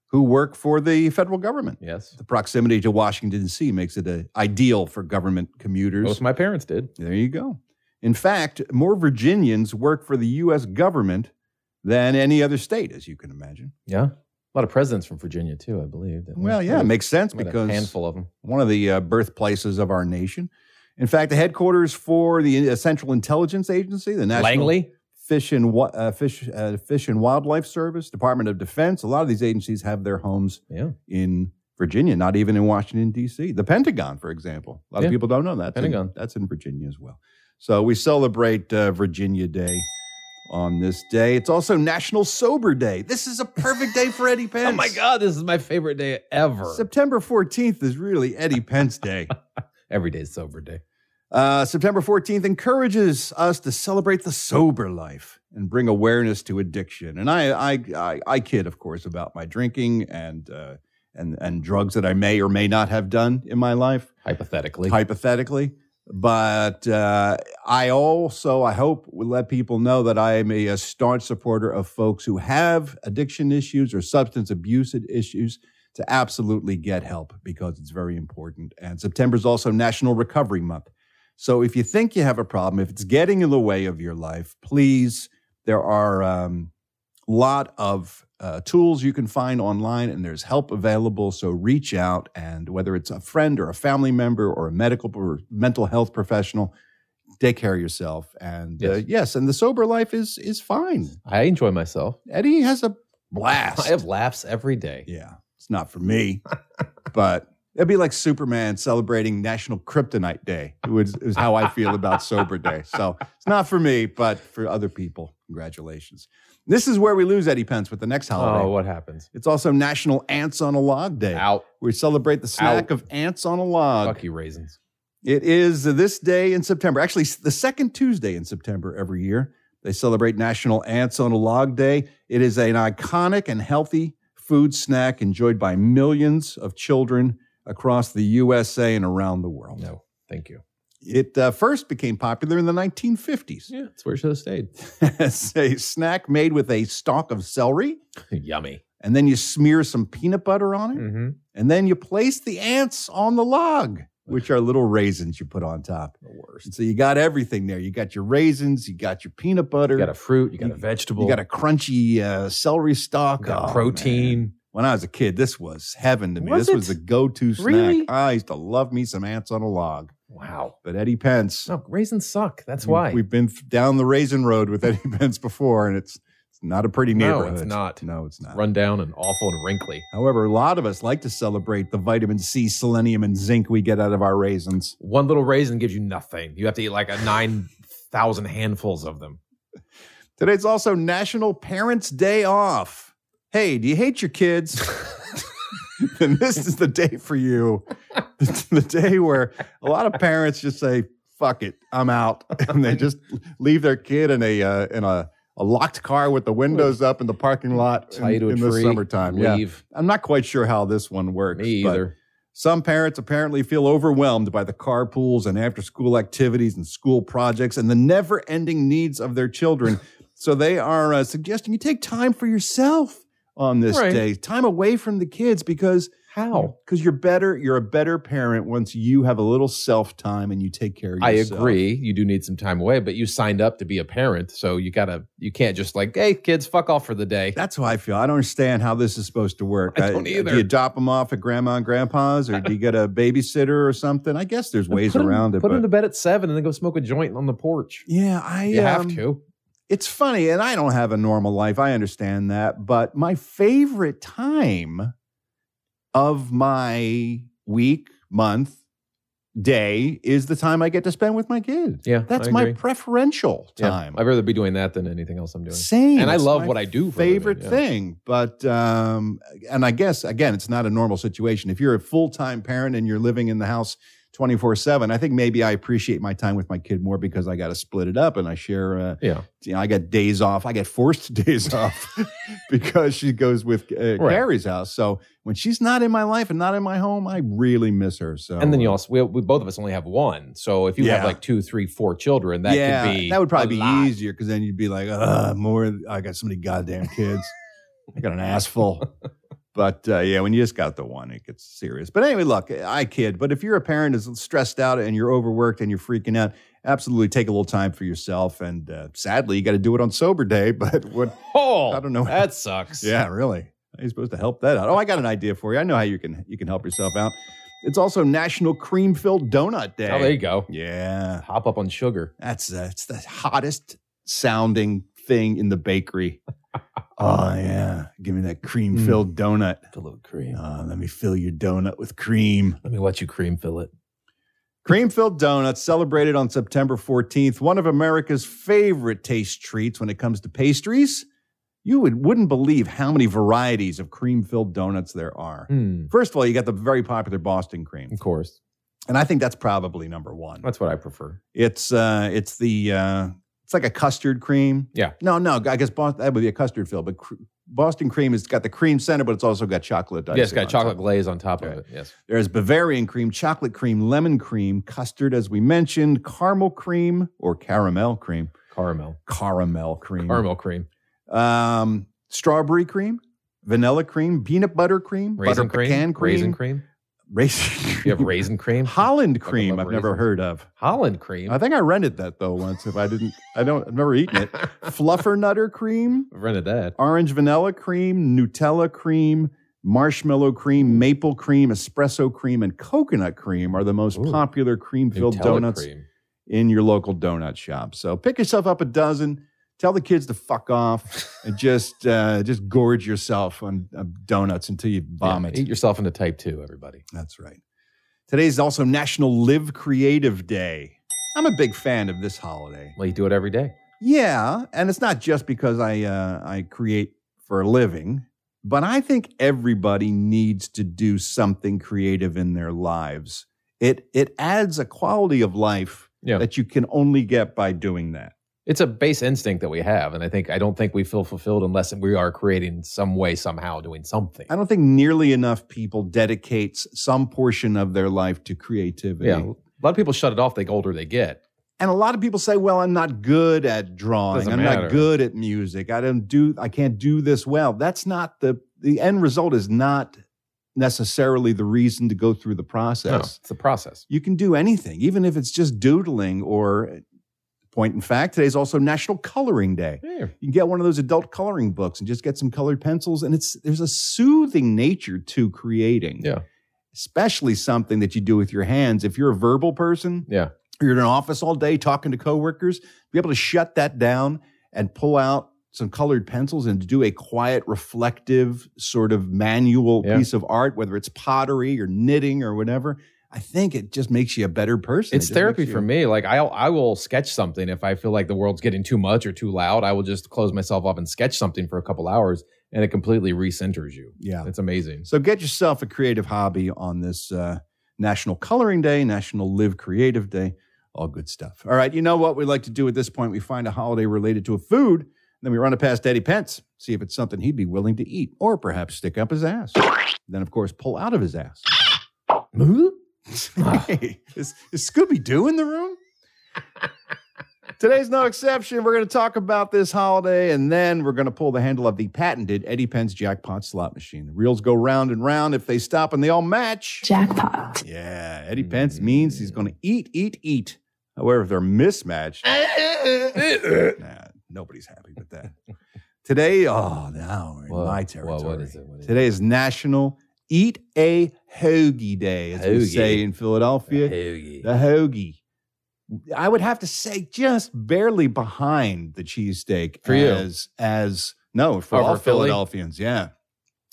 who work for the federal government. Yes. The proximity to Washington, D.C. makes it uh, ideal for government commuters. Both my parents did. There you go. In fact, more Virginians work for the U.S. government than any other state, as you can imagine. Yeah. A lot of presidents from Virginia, too, I believe. Well, yeah, it makes sense About because a handful of them. one of the uh, birthplaces of our nation. In fact, the headquarters for the uh, Central Intelligence Agency, the National Langley. Fish and Wa- uh, Fish uh, Fish and Wildlife Service, Department of Defense. A lot of these agencies have their homes Yeah. in Virginia, not even in Washington D.C. The Pentagon, for example, a lot of Yeah. people don't know that. Pentagon. that's in Virginia as well. So we celebrate uh, Virginia Day on this day. It's also National Sober Day. This is a perfect day for Eddie Pence. Oh my God, this is my favorite day ever. September 14th is really Eddie Pence Day. Every day is sober day. Uh, September 14th encourages us to celebrate the sober life and bring awareness to addiction. And I, I, I, I kid, of course, about my drinking and uh, and and drugs that I may or may not have done in my life, Hypothetically. hypothetically. But uh, I also, I hope, will let people know that I am a, a staunch supporter of folks who have addiction issues or substance abuse issues to absolutely get help because it's very important. And September is also National Recovery Month. So if you think you have a problem, if it's getting in the way of your life, please, there are a um, lot of uh, tools you can find online and there's help available. So reach out and whether it's a friend or a family member or a medical or mental health professional, take care of yourself. And yes, uh, yes and the sober life is is fine. I enjoy myself. Eddie has a blast. I have laughs every day. Yeah, it's not for me, but it'd be like Superman celebrating National Kryptonite Day. It was, is how I feel about Sober Day. So it's not for me, but for other people. Congratulations. This is where we lose Eddie Pence with the next holiday. Oh, what happens? It's also National Ants on a Log Day. Out. We celebrate the snack Out. of ants on a log. Fuck you, raisins. It is this day in September, actually, s- the second Tuesday in September every year. They celebrate National Ants on a Log Day. It is an iconic and healthy food snack enjoyed by millions of children across the USA and around the world. No, thank you. It uh, first became popular in the 1950s Yeah, that's where it should have stayed. as a snack made with a stalk of celery, Yummy. and then you smear some peanut butter on it. Mm-hmm. And then you place the ants on the log, which are little raisins you put on top. The worst. And so you got everything there. You got your raisins, you got your peanut butter, You got a fruit. You got a vegetable. you got a crunchy uh, celery stalk, you got Oh, protein. man. When I was a kid, this was heaven to me. Was this was it? the go-to snack. Really? I used to love me some ants on a log. Wow. But Eddie Pence, No, raisins suck. That's we- why. we've been th- down the raisin road with Eddie Pence before, and it's it's not a pretty No, it's neighborhood. not. No, it's not. Run down and awful and wrinkly. However, a lot of us like to celebrate the vitamin C, selenium, and zinc we get out of our raisins. One little raisin gives you nothing. You have to eat like a 9,000 handfuls of them. Today's also National Parents' Day Off. Hey, do you hate your kids? then this is the day for you. It's the day where a lot of parents just say, fuck it, I'm out. And they just leave their kid in a, uh, in a, a locked car with the windows up in the parking lot in, Tie you to a in the tree. summertime. Yeah. Leave. I'm not quite sure how this one works. Me but- either. some parents apparently feel overwhelmed by the carpools and after school activities and school projects and the never ending needs of their children. so they are uh, suggesting you take time for yourself on this Right. day, time away from the kids because How? Because you're better, you're a better parent once you have a little self time and you take care of I yourself. agree. You do need some time away, but you signed up to be a parent, so you gotta. You can't just like, hey, kids, fuck off for the day. That's how I feel. I don't understand how this is supposed to work. uh, I don't either. Do you drop them off at grandma and grandpa's, or do you get a babysitter or something? I guess there's ways Put 'em- around it. Put but them to bed at seven and then go smoke a joint on the porch. yeah, I You have um, to. it's funny, and I don't have a normal life. I understand that. But my favorite time of my week, month, day is the time I get to spend with my kid. Yeah, That's I my agree. preferential Yeah, time. I'd rather be doing that than anything else I'm doing. Same. And I It's love my what I do. For a living, favorite yeah. thing. But um, and I guess again, it's not a normal situation. If you're a full time parent and you're living in the house twenty four seven, I think maybe I appreciate my time with my kid more because I got to split it up and I share. Uh, Yeah. you know, I got days off. I get forced days off because she goes with uh, Right. Carrie's house. So when she's not in my life and not in my home, I really miss her. So And then you also, we, we both of us only have one. So if you Yeah. have like two, three, four children, that yeah, could be that would probably a be lot. easier because then you'd be like, uh, more. I got so many goddamn kids. I got an ass full. But uh, yeah, when you just got the one, it gets serious. But anyway, look, I kid. But if you're a parent is stressed out and you're overworked and you're freaking out, absolutely take a little time for yourself. And uh, sadly, you got to do it on sober day. But what? Oh, I don't know. That sucks. Yeah, really. How are you supposed to help that out? Oh, I got an idea for you. I know how you can you can help yourself out. It's also National Cream Filled Donut Day. Oh, there you go. yeah. Hop up on sugar. That's uh, it's the hottest sounding thing in the bakery. oh yeah, give me that cream Hmm. filled donut. Fill it with cream. Uh, let me fill your donut with cream. Let me watch you cream fill it. Cream filled donuts celebrated on September 14th, one of America's favorite taste treats when it comes to pastries. You would, wouldn't believe how many varieties of cream filled donuts there are. Hmm. First of all, you got the very popular Boston cream, Of course. and I think that's probably number one. That's what I prefer. It's uh, it's the uh, it's like a custard cream. Yeah. No, no, I guess Boston, that would be a custard fill, but cr- Boston cream has got the cream center, but it's also got chocolate. Yeah, it's icing got on chocolate top. glaze on top of Right. it. Yes. There's Bavarian cream, chocolate cream, lemon cream, custard, as we mentioned, caramel cream or caramel cream, Caramel. caramel cream, Caramel cream. um, strawberry cream, vanilla cream, peanut butter cream, Raisin butter cream. pecan cream, Raisin cream. Raisin. You have raisin cream. Holland cream. I've never heard of. Holland cream. I think I rented that though once. If I didn't, I don't. I've never eaten it. Fluffer Nutter cream. I've rented that. Orange vanilla cream, Nutella cream, marshmallow cream, maple cream, espresso cream, and coconut cream are the most popular cream-filled Nutella donuts cream. in your local donut shop. So pick yourself up a dozen. Tell the kids to fuck off and just uh, just gorge yourself on uh, donuts until you vomit. Eat yourself into type two, everybody. That's right. Today is also National Live Creative Day. I'm a big fan of this holiday. Well, you do it every day. Yeah, and it's not just because I uh, I create for a living, but I think everybody needs to do something creative in their lives. It it adds a quality of life Yeah. that you can only get by doing that. It's a base instinct that we have, and I think I don't think we feel fulfilled unless we are creating some way, somehow, doing something. I don't think nearly enough people dedicate s- some portion of their life to creativity. Yeah, a lot of people shut it off. The older they get, And a lot of people say, "Well, I'm not good at drawing. Doesn't I'm matter. not good at music. I don't do. I can't do this well." That's not the the end result. Is not necessarily the reason to go through the no, process. it's the process. You can do anything, even if it's just doodling. Or point in fact, today's also National Coloring Day. Yeah. You can get one of those adult coloring books and just get some colored pencils. And it's there's a soothing nature to creating. Yeah. Especially something that you do with your hands. If you're a verbal person, Yeah. you're in an office all day talking to coworkers, be able to shut that down and pull out some colored pencils and do a quiet, reflective sort of manual Yeah. piece of art, whether it's pottery or knitting or whatever. I think it just makes you a better person. It's therapy for me. Like I, I will sketch something if I feel like the world's getting too much or too loud. I will just close myself up and sketch something for a couple hours, and it completely recenters you. Yeah. It's amazing. So get yourself a creative hobby on this uh, National Coloring Day, National Live Creative Day, all good stuff. All right, you know what we like to do at this point? We find a holiday related to a food, then we run it past Eddie Pence, see if it's something he'd be willing to eat, or perhaps stick up his ass. Then, of course, pull out of his ass. Hey, is, is Scooby Doo in the room? Today's no exception. We're going to talk about this holiday, and then we're going to pull the handle of the patented Eddie Penn's jackpot slot machine. The reels go round and round. If they stop and they all match, Jackpot. yeah, Eddie Pence means he's going to eat, eat, eat. However, if they're mismatched, nah, nobody's happy with that. Today, oh, now we're in Whoa, my whoa, territory. what is it? What is Today is National Eat a Hoagie Day, as we Hoagie. say in Philadelphia. it? The hoagie. I would have to say just barely behind the cheesesteak For you. as as no Oh, for for all Philly? Philadelphians, yeah.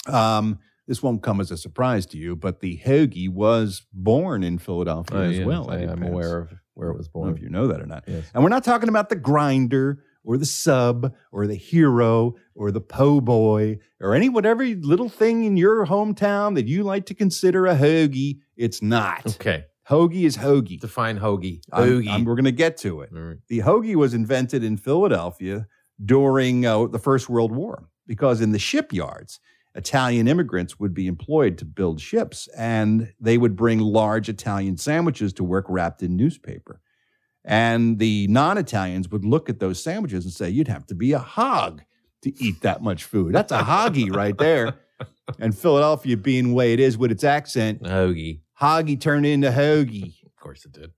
Um, this won't come as a surprise to you, but the hoagie was born in Philadelphia Oh, as yeah, well. I, Eddie am Pence. aware of where it was I don't know if born. you know that or not. Yes. And we're not talking about the grinder or the sub or the hero or the po' boy or any whatever little thing in your hometown that you like to consider a hoagie. It's not. Okay. Hoagie is hoagie. Define hoagie. I'm- Hoagie. I'm- we're going to get to it. All right. The hoagie was invented in Philadelphia during uh, the First World War because in the shipyards, Italian immigrants would be employed to build ships and they would bring large Italian sandwiches to work wrapped in newspaper. And the non Italians would look at those sandwiches and say, You'd have to be a hog to eat that much food. That's a hoggy right there. And Philadelphia, being the way it is with its accent, Hoagie. hoggy turned into hoagie Of course it did.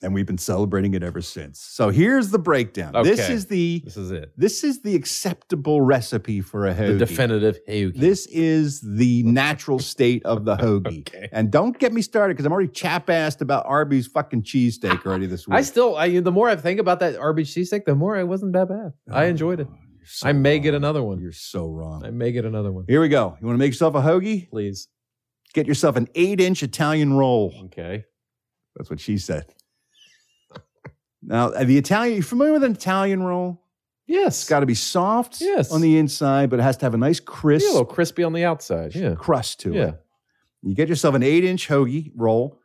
and we've been celebrating it ever since. So here's the breakdown. This Okay. is the This is it. this is the acceptable recipe for a The hoagie. definitive hoagie. this is the natural state of the hoagie. Okay. And don't get me started because I'm already chap assed about Arby's fucking cheesesteak already this week. I still, I the more I think about that Arby's cheesesteak, the more I wasn't that bad. I enjoyed it. Oh, you're so I may get wrong. another one. You're so wrong. I may get another one. Here we go. You want to make yourself a hoagie? Please. Get yourself an eight inch Italian roll. Okay. That's what she said. Now, uh, the Italian, you familiar with an Italian roll? Yes. It's got to be soft Yes. on the inside, but it has to have a nice Be crisp a little crispy on the outside. Yeah. crust to Yeah. it. You get yourself an eight inch hoagie roll.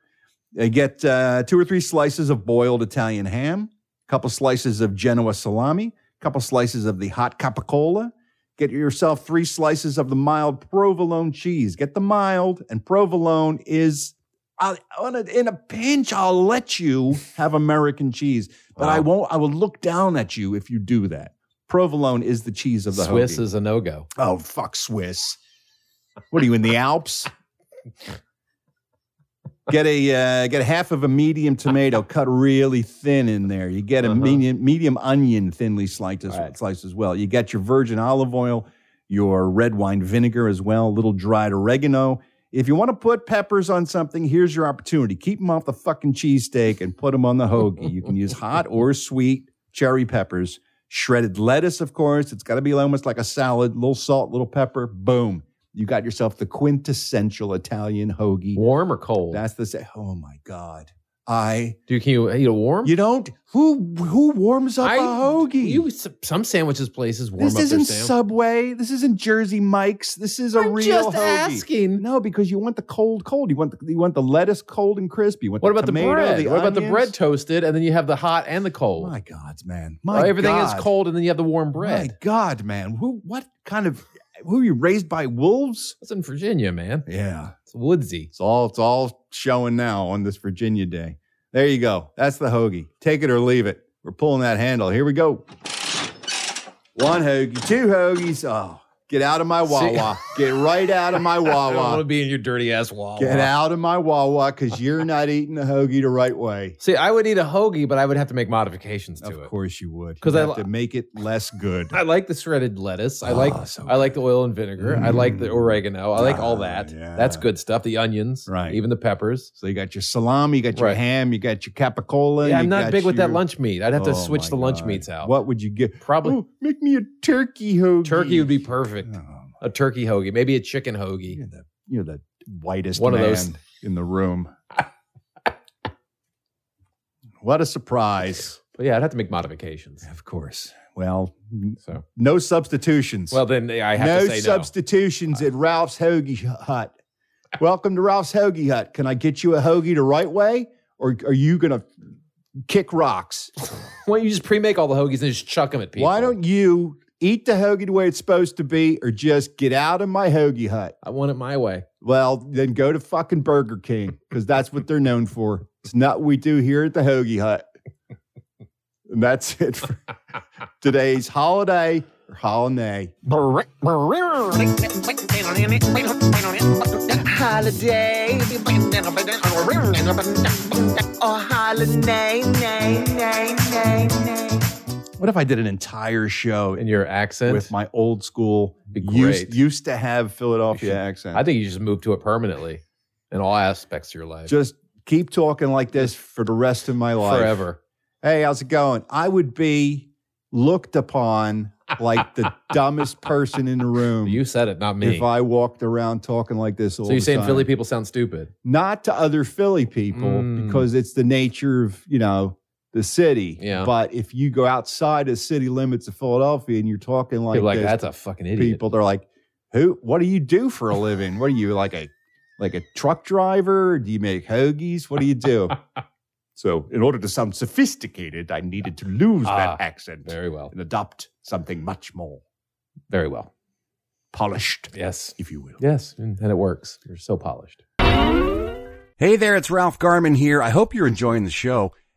You get uh, two or three slices of boiled Italian ham, a couple slices of Genoa salami, a couple slices of the hot capicola. Get yourself three slices of the mild provolone cheese. Get the mild, and provolone is I, on a, in a pinch. I'll let you have American cheese, but I Wow. won't. I will look down at you if you do that. Provolone is the cheese of the Swiss hoagie. is a no go. Oh, fuck Swiss. What are you in the Alps? Get a uh, get a half of a medium tomato cut really thin in there. You get a medium medium onion thinly sliced as, sliced as well. You get your virgin olive oil, your red wine vinegar as well, a little dried oregano. If you want to put peppers on something, here's your opportunity. Keep them off the fucking cheesesteak and put them on the hoagie. You can use hot or sweet cherry peppers. Shredded lettuce, of course. It's got to be almost like a salad. Little salt, little pepper. Boom. You got yourself the quintessential Italian hoagie. Warm or cold? That's the sa- oh my god. I Do you can you eat a warm? you don't who who warms up a I- hoagie? You some sandwiches places warm this up isn't their sandwich. Subway. This isn't Jersey Mike's. This is a I'm real just hoagie. asking. No, because you want the cold, cold. You want the, you want the lettuce cold and crispy. You want What the about the tomato, bread? The what about the onions. bread toasted, and then you have the hot and the cold? My God, man! My everything God. is cold, and then you have the warm My bread. God, man! Who? What kind of? Who are you raised by wolves? That's in Virginia, man. Yeah, It's woodsy. it's all it's all showing now on this Virginia day. There you go. That's the hoagie. Take it or leave it. We're pulling that handle. Here we go. One hoagie, two hoagies. Oh, get out of my Wawa. Get right out of my I don't want to Wawa. be in your dirty ass wall. Get out of my Wawa because you're not eating the hoagie the right way. See, I would eat a hoagie, but I would have to make modifications to Of it. course you would. 'Cause You I have li- to make it less good. I like the shredded lettuce. I like Ah, so I like the oil and vinegar. I like the Mm. oregano. I like all Ah, that. yeah. That's good stuff. The onions, Right. Even the peppers. So you got your salami, you got your Right. ham, you got your capicola. Yeah, you I'm not got big with that your- lunch meat. I'd have to Oh, switch my the lunch God. meats out. What would you get? Probably Oh, make me a turkey hoagie. turkey would be perfect. Oh, A turkey hoagie, maybe a chicken hoagie. you're the you're the whitest One of man those. in the room. what a surprise! But yeah, I'd have to make modifications. Of course. Well, n- So no substitutions. well, then I have no to say Uh, substitutions at Ralph's Hoagie Hut. Welcome to Ralph's Hoagie Hut. Can I get you a hoagie the right way, or are you gonna kick rocks? no. Why don't you just pre-make all the hoagies and just chuck them at people? Why don't you eat the hoagie the way it's supposed to be, or just get out of my hoagie hut? I want it my way? Well, then go to fucking Burger King because that's what they're known for. It's not what we do here at the Hoagie Hut. And that's it for today's holiday or holiday. Holiday. Oh, holiday, nay, nay, nay, nay. What if I did an entire show In your accent, with my old school Be used, great. used to have Philadelphia You should- accent? I think you just move to it permanently in all aspects of your life, just keep talking like this for the rest of my life. forever. hey, how's it going? I would be looked upon like the dumbest person in the room You said it, not me. um, if I walked around talking like this all so you're the saying time. Philly people sound stupid? Not to other Philly people Mm. because it's the nature of, you know, the city. Yeah. But if you go outside the city limits of Philadelphia and you're talking like, People like this, that's a fucking idiot. people they're like, who what do you do for a living? What are you like a like a truck driver? Do you make hoagies? What do you do? so in order to sound sophisticated, I needed to lose Ah, that accent Very well, and adopt something much more very well. polished, Yes, if you will. yes, and and it works. You're so polished. Hey there, it's Ralph Garman here. I hope you're enjoying the show.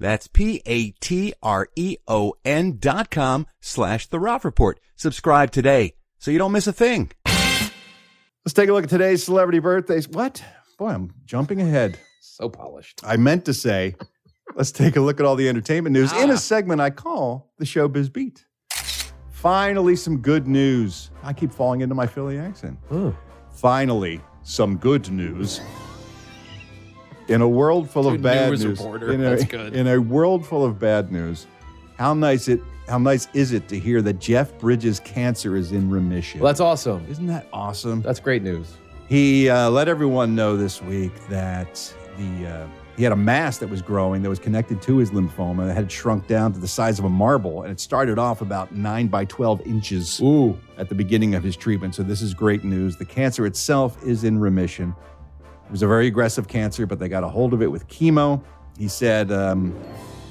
That's P-A-T-R-E-O-N E dot com slash the Ralph Report. Subscribe today so you don't miss a thing. Let's take a look at today's celebrity birthdays. What? Boy, I'm jumping ahead. So polished. I meant to say, let's take a look at all the entertainment news in Ah. a segment I call the Showbiz Beat. Finally, some good news. I keep falling into my Philly accent. Oh. Finally, some good news. In a world full of Good bad news news, reporter. In, a, That's good. in a world full of bad news, how nice it how nice is it to hear that Jeff Bridges' cancer is in remission? Well, that's awesome. Isn't that awesome? That's great news. He uh, let everyone know this week that the uh, he had a mass that was growing that was connected to his lymphoma that had shrunk down to the size of a marble, and it started off about nine by twelve inches Ooh, at the beginning of his treatment. So this is great news. The cancer itself is in remission. It was a very aggressive cancer, but they got a hold of it with chemo. He said um,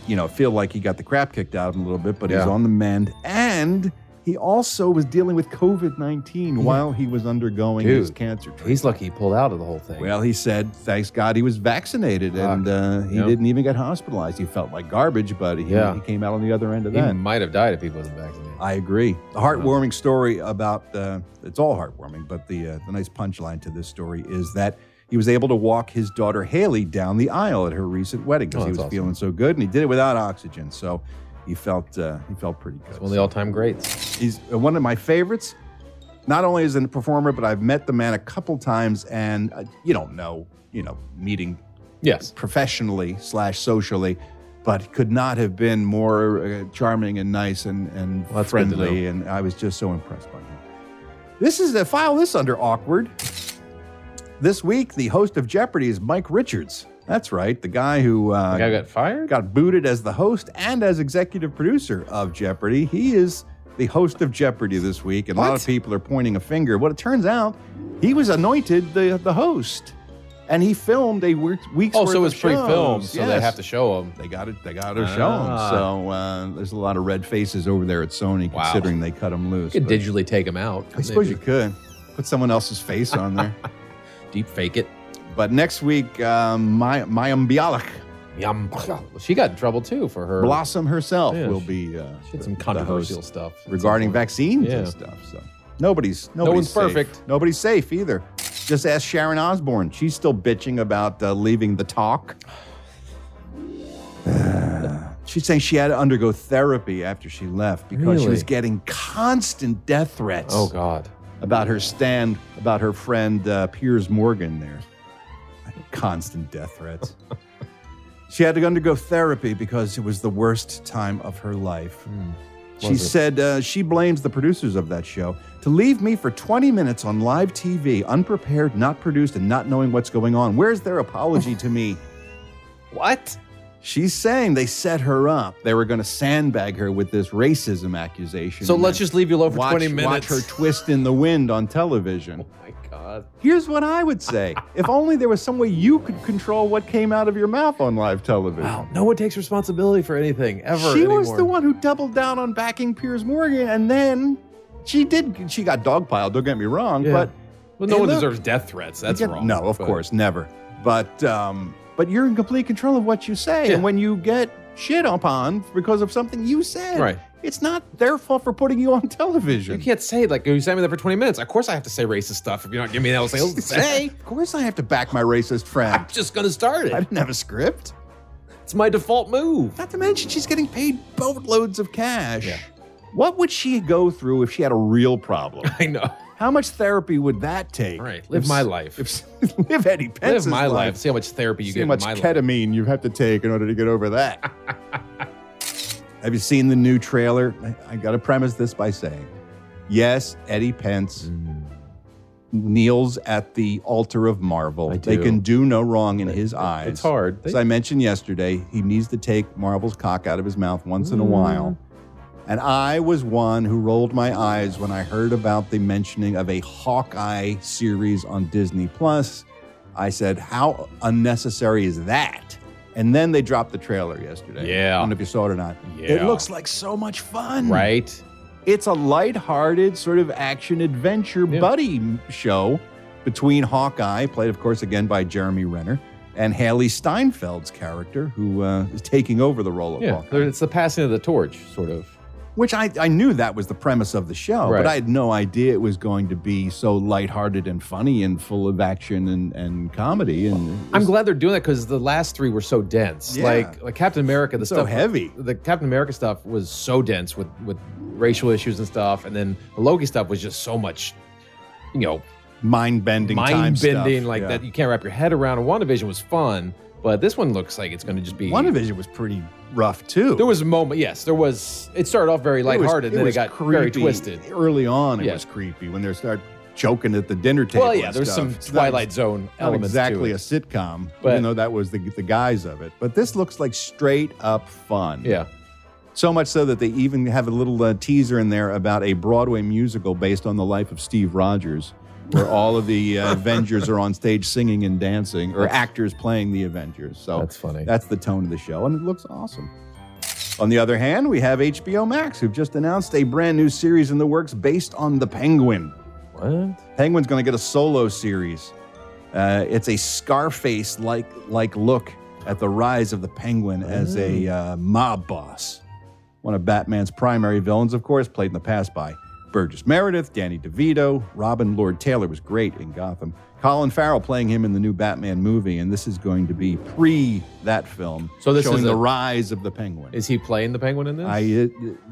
you know, feel like he got the crap kicked out of him a little bit, but he's Yeah. on the mend. And he also was dealing with COVID 19 while he was undergoing his Dude, cancer treatment. He's lucky he pulled out of the whole thing. Well, he said, thanks God he was vaccinated and uh, he Yep. didn't even get hospitalized. He felt like garbage, but he, Yeah. he came out on the other end of he that. might have died if he wasn't vaccinated. I agree. The heartwarming story about uh, it's all heartwarming, but the uh, the nice punchline to this story is that he was able to walk his daughter Haley down the aisle at her recent wedding because Oh, he was that's awesome. feeling so good, and he did it without oxygen. So he felt uh, he felt pretty good. It's one of the all-time greats. He's one of my favorites. Not only as a performer, but I've met the man a couple times, and uh, you don't know, you know, meeting Yes. professionally slash socially, but could not have been more uh, charming and nice and and Well, that's good to friendly. And I was just so impressed by him. This is a file this under awkward. This week, the host of Jeopardy is Mike Richards. That's right, the guy who uh, The guy got fired? got booted as the host and as executive producer of Jeopardy. He is the host of Jeopardy this week, and a lot of What? people are pointing a finger. But it turns out he was anointed the, the host, and he filmed a week, week's Oh, worth so it was of pre-filmed, shows. so they Yes. have to show him. They got it. They got to show him. Ah. So uh, there's a lot of red faces over there at Sony, Wow. considering they cut him loose. You could but digitally take him out. I suppose you could put someone else's face on there. deep fake it. but next week, um, my Mayim Bialik, Yum. She got in trouble too for her. Blossom herself, Yeah, will she- be. Uh, She had some the- the host. controversial stuff at some regarding point. vaccines Yeah. and stuff. So nobody's nobody's one's safe. perfect. Nobody's safe either. Just ask Sharon Osbourne. She's still bitching about uh, leaving the talk. Uh, she's saying she had to undergo therapy after she left because she Really? was getting constant death threats Oh God. about her stand about her friend uh, Piers Morgan there. Constant death threats. she had to undergo therapy because it was the worst time of her life. She Hmm. was it? said uh, she blames the producers of that show to leave me for 20 minutes on live TV, unprepared, not produced, and not knowing what's going on. Where's their apology to me? What? She's saying they set her up. They were going to sandbag her with this racism accusation. So and let's then just leave you alone for watch, 20 watch minutes. her twist in the wind on television. oh my God. Here's what I would say. if only there was some way you could control what came out of your mouth on live television. Wow. No one takes responsibility for anything ever. she was anymore. the one who doubled down on backing Piers Morgan, and then she did. She got dogpiled. Don't get me wrong, Yeah. but Well, no Hey, one look. deserves death threats. That's Again, wrong. No, of But- course, never. But um, but you're in complete control of what you say, Yeah. and when you get shit upon because of something you said, Right. it's not their fault for putting you on You television. can't say like you sat me there for 20 minutes. Of course I have to say racist stuff if you're not giving me that else to say. of course, I have to back my racist friend. I'm just gonna start I it. didn't have a script. It's my default move. Not to mention, she's getting paid boatloads of cash. Yeah. What would she go through if she had a real problem? I know. How much therapy would that take? Right. Live If- my life. If, live Eddie Live Pence's my life. life. See how much therapy you See get how much in my life. ketamine you have to take in order to get over that. have you seen the new trailer? I, I got to premise this by saying, yes, Eddie Pence Mm. kneels at the altar of Marvel. I They do. can do no wrong in his eyes. It's hard. As I mentioned yesterday, he needs to take Marvel's cock out of his mouth once Mm. in a while. And I was one who rolled my eyes when I heard about the mentioning of a Hawkeye series on Disney Plus. I said, "How unnecessary is that?" And then they dropped the trailer yesterday. Yeah. I don't know if you saw it or not. It Yeah. looks like so much fun. right? It's a lighthearted sort of action adventure Yeah. buddy m- show between Hawkeye, played of course again by Jeremy Renner, and Haley Steinfeld's character, who uh, is taking over the role of Yeah. Hawkeye. It's the passing of the torch, sort of. Which I, I knew that was the premise of the show, Right. but I had no idea it was going to be so lighthearted and funny and full of action and, and comedy. And I'm glad they're doing that because the last three were so dense. Yeah. Like, like Captain America, the it's so stuff heavy. the Captain America stuff was so dense with with racial issues and stuff, and then the Loki stuff was just so much, you know, Mind bending, mind bending like yeah. that you can't wrap your head around. And WandaVision was fun, but this one looks like it's going to just be WandaVision was pretty rough too. There was a moment, yes, there was. It started off very It was- lighthearted, and then it was got very creepy. twisted. Early on, it Yeah. was creepy when they start joking at the dinner table. Well, yeah, and there's stuff. some It's not- Twilight Zone it's not elements exactly to it. a sitcom, But- even though that was the the guise of it. But this looks like straight up fun. yeah, So much so that they even have a little uh, teaser in there about a Broadway musical based on the life of Steve Rogers, where all of the uh, Avengers are on stage singing and dancing, or actors playing the Avengers. So that's funny. that's the tone of the show, and it looks awesome. On the other hand, we have HBO Max, who've just announced a brand new series in the works based on the Penguin. What? Penguin's going to get a solo series. Uh, it's a Scarface like like look at the rise of the Penguin as a Mm. uh, mob boss. One of Batman's primary villains, of course, played in the past by Burgess Meredith, Danny DeVito, Robin Lord Taylor was great in Gotham. Colin Farrell playing him in the new Batman movie, and this is going to be pre that film, So this showing is the a- rise of the Penguin. Is he playing the penguin in this? I, uh,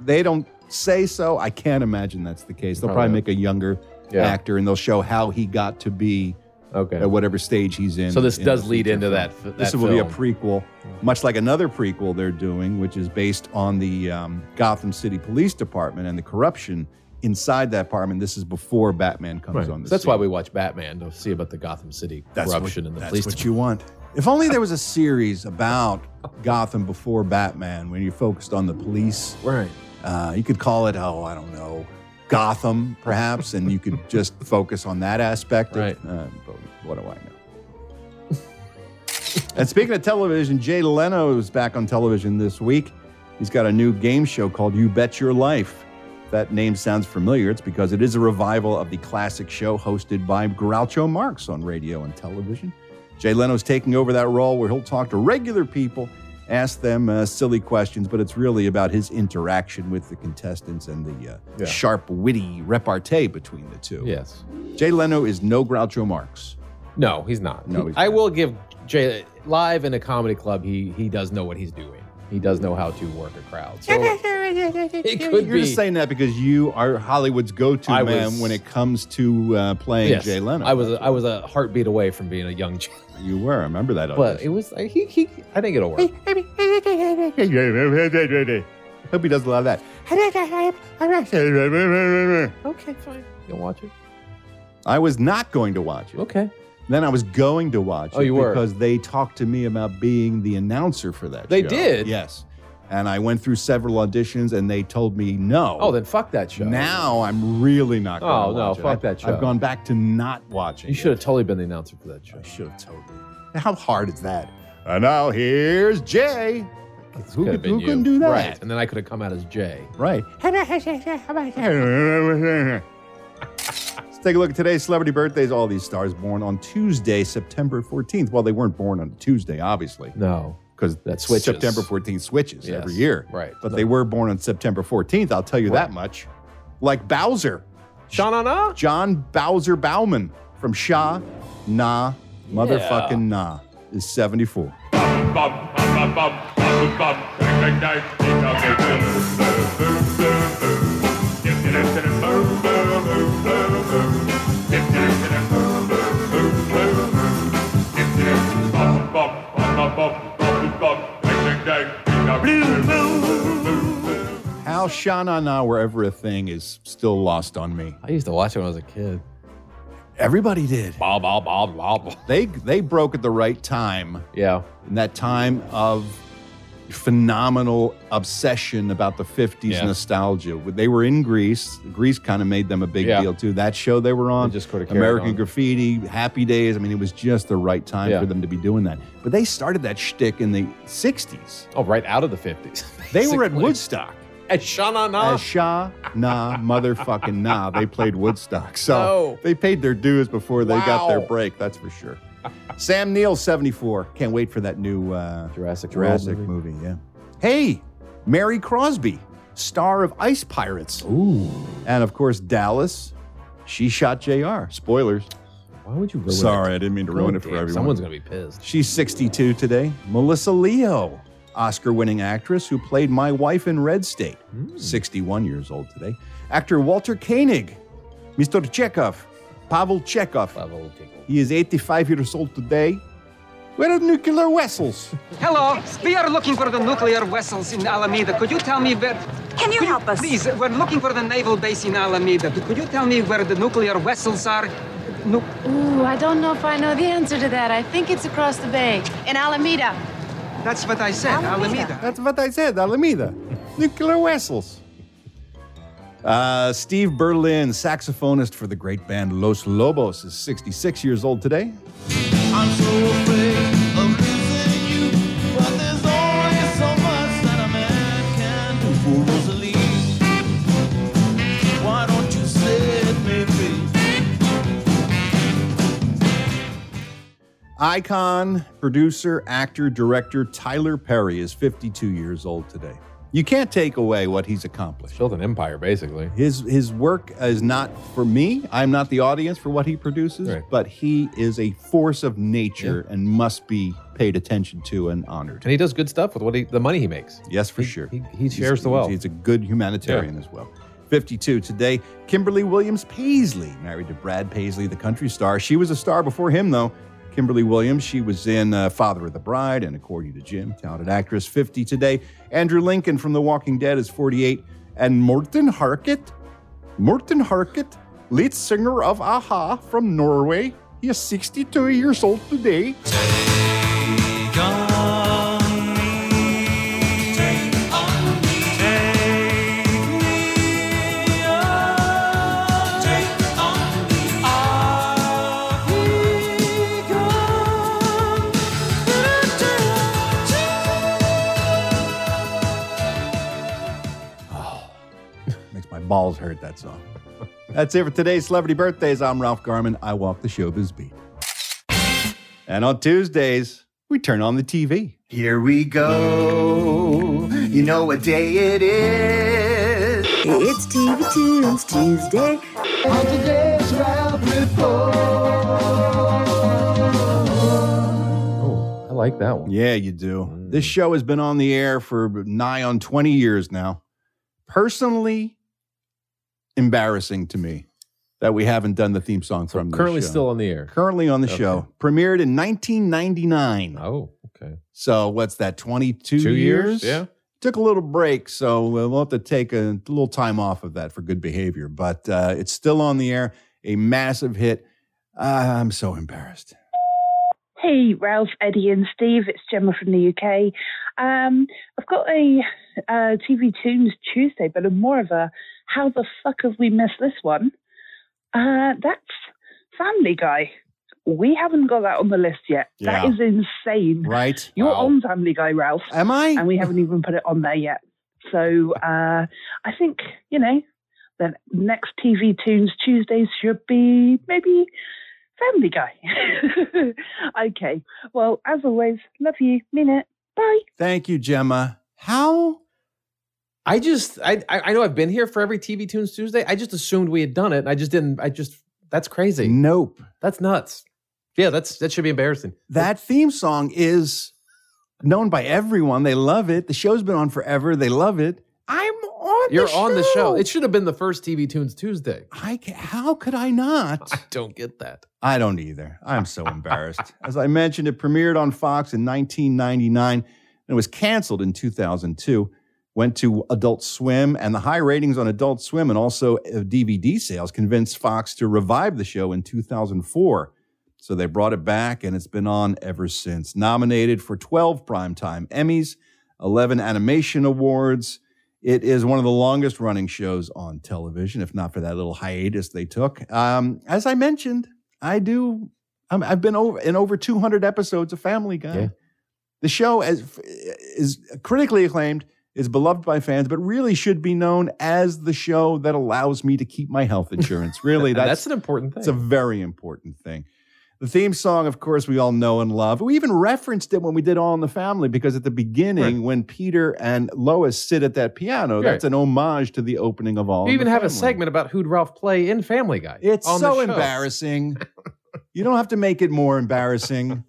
they don't say so. I can't imagine that's the case. They'll probably Probably make a younger Oh, Yeah. actor, and they'll show how he got to be okay. at whatever stage he's in. So this in does the lead future into film. that f- This that will be a film. prequel, much like another prequel they're doing, which is based on the um, Gotham City Police Department and the corruption inside that department. This is before Batman comes Right. on. The That's scene. why we watch Batman to see about the Gotham City That's corruption what, and the that's police. what you want. If only there was a series about Gotham before Batman, when you focused on the police. Right. Uh, you could call it, oh, I don't know, Gotham, perhaps, and you could just focus on that aspect. of- Right. uh, but what do I know? and speaking of television, Jay Leno is back on television this week. He's got a new game show called You Bet Your Life. If That name sounds familiar. It's because it is a revival of the classic show hosted by Groucho Marx on radio and television. Jay Leno's taking over that role where he'll talk to regular people, ask them uh, silly questions, but it's really about his interaction with the contestants and the uh, Yeah. sharp, witty repartee between the two. Yes. Jay Leno is no Groucho Marx. No, he's not. No, he's I not. will give Jay live in a comedy club. He he does know what he's doing. He does know how to work a crowd. So it could You're be. just saying that because you are Hollywood's go-to I man was- when it comes to uh, playing yes, Jay Leno. I was a, I was a heartbeat away from being a young Jay. you were. I remember that. But it audition. was he he. I think it'll work. hope he does a lot of that. Okay, fine. You'll watch it. I was not going to watch it. Okay. Then I was going to watch Oh, it you were. because they talked to me about being the announcer for that. They show. did? yes. And I went through several auditions, and they told me no. Oh, then fuck that show. now I'm really not. going Oh, to no, watch it. fuck I've- that show. I've gone back to not watching. you it. should have totally been the announcer for that show. I should have totally. How hard is that? And now here's Jay. Who, Could could, have been who you. couldn't do Right. that? And then I could have come out as Jay. Right. Let's take a look at today's celebrity birthdays. All these stars born on Tuesday, September 14th. Well, they weren't born on Tuesday, obviously, No. because That switches. September 14th switches Yes. every year. Right. But they were born on September 14th. I'll tell you that Right. much. Like Bowser, Sean on John Bowser Bauman from Sha Na motherfucking Nah is 74. How Sha Na Na wherever a thing is still lost on me. I used to watch it when I was a kid. Everybody did. Bob, bob, bob, bob. They they broke at the right time Yeah. in that time of phenomenal obsession about the 50s Yeah. nostalgia. They were in Greece. Greece kind of made them a big Yeah. deal too. That show they were on, They just sorta carried American on. Graffiti, Happy Days. I mean, it was just the right time Yeah. for them to be doing that. But they started that shtick in the 60s. Oh, right out of the 50s. They were at basically. Woodstock. At Sean on As Sha Na motherfucking Nah. They played Woodstock. So No. they paid their dues before they got their Wow. break, that's for sure. Sam Neill, 74. Can't wait for that new uh, Jurassic, Jurassic World movie. yeah. Hey, Mary Crosby, star of Ice Pirates. Ooh. And of course, Dallas. She shot JR. Spoilers. Why would you ruin Sorry, it? I didn't mean to God ruin it for damn, everyone. Someone's going to be pissed. She's 62 today. Melissa Leo, Oscar winning actress who played my wife in Red State, 61 years old today. Actor Walter Koenig, Mr. Chekhov, Pavel Chekhov. Level tickle. He is 85 years old today. Where are nuclear vessels? Hello, we are looking for the nuclear vessels in Alameda. Could you tell me where? Can you help us? Please, we're looking for the naval base in Alameda. Could you tell me where the nuclear vessels are? No, Ooh, I don't know if I know the answer to that. I think it's across the bay in Alameda. that's what I said. Alameda. That's what I said, Alameda. nuclear vessels. Uh, Steve Berlin, saxophonist for the great band Los Lobos, is 66 years old today. I'm so afraid of losing you, but there's only so much that a man can Icon, producer, actor, director Tyler Perry is 52 years old today. You can't take away what he's accomplished. Built an empire, basically. His his work is not for me. I'm not the audience for what he produces, Right. but he is a force of nature and must be paid attention to and honored. And he does good stuff with what he, the money he makes. Yes, for sure. He, shares the wealth. He's a good humanitarian as well. 52 today. Kimberly Williams Paisley, married to Brad Paisley, the country star. She was a star before him, though. Kimberly Williams, she was in uh, Father of the Bride and According to Jim, talented actress, 50 today. Andrew Lincoln from The Walking Dead is 48. And Morten Harket, Morten Harket, lead singer of Aha from Norway, he is 62 years old today. Makes my balls hurt, that song. That's it for today's celebrity birthdays. I'm Ralph Garman. I walk the showbiz beat. And on Tuesdays, we turn on the TV. Here we go. You know what day it is. It's TV Tunes Tuesday. On today's Ralph Oh, I like that one. Yeah, you do. This Mm. show has been on the air for nigh on 20 years now. Personally, embarrassing to me that we haven't done the theme song from this Currently show. still on the air. currently on the Okay. show. Premiered in 1999. Oh, okay. So what's that? 22 Two years, years? yeah. Took a little break, so we'll have to take a little time off of that for good behavior. But uh, it's still on the air. A massive hit. Uh, I'm so embarrassed. Hey, Ralph, Eddie, and Steve. It's Gemma from the UK. Um, I've got a uh, TV Tunes Tuesday, but I'm more of a how the fuck have we missed this one? Uh, that's Family Guy. We haven't got that on the list yet. Yeah. That is insane. Right? You're on Family Guy, Ralph. Am I? And we haven't even put it on there yet. So uh, I think, you know, the next TV Tunes Tuesdays should be maybe Family Guy. okay. Well, as always, love you. Mean it. Bye. Thank you, Gemma. How? I just I I I know I've been here for every TV Tunes Tuesday. I just assumed we had done it. And I just didn't. I just that's crazy. Nope. That's nuts. Yeah, that's that should be embarrassing. That theme song is known by everyone. They love it. The show's been on forever. They love it. I'm on. You're on the show. It should have been the first TV Tunes Tuesday. I can, how could I not? I don't get that. I don't either. I'm so embarrassed. As I mentioned, it premiered on Fox in 1999 and it was canceled in 2002. Went to Adult Swim, and the high ratings on Adult Swim and also uh, DVD sales convinced Fox to revive the show in 2004. So they brought it back, and it's been on ever since. Nominated for 12 Primetime Emmys, 11 Animation Awards. It is one of the longest running shows on television, if not for that little hiatus they took. Um, as I mentioned, I do. I'm, I've been over in over 200 episodes of Family Guy. The show as is critically acclaimed, is beloved by fans, but really should be known as the show that allows me to keep my health insurance. Really, And that's, that's an important It's a very important thing. The theme song, of course, we all know and love. We even referenced it when we did All in the Family because at the beginning, when Peter and Lois sit at that piano, Right. that's an homage to the opening of All. You in even the have a Family. segment about who'd Ralph play in Family Guy. It's on the so show. embarrassing. you don't have to make it more embarrassing.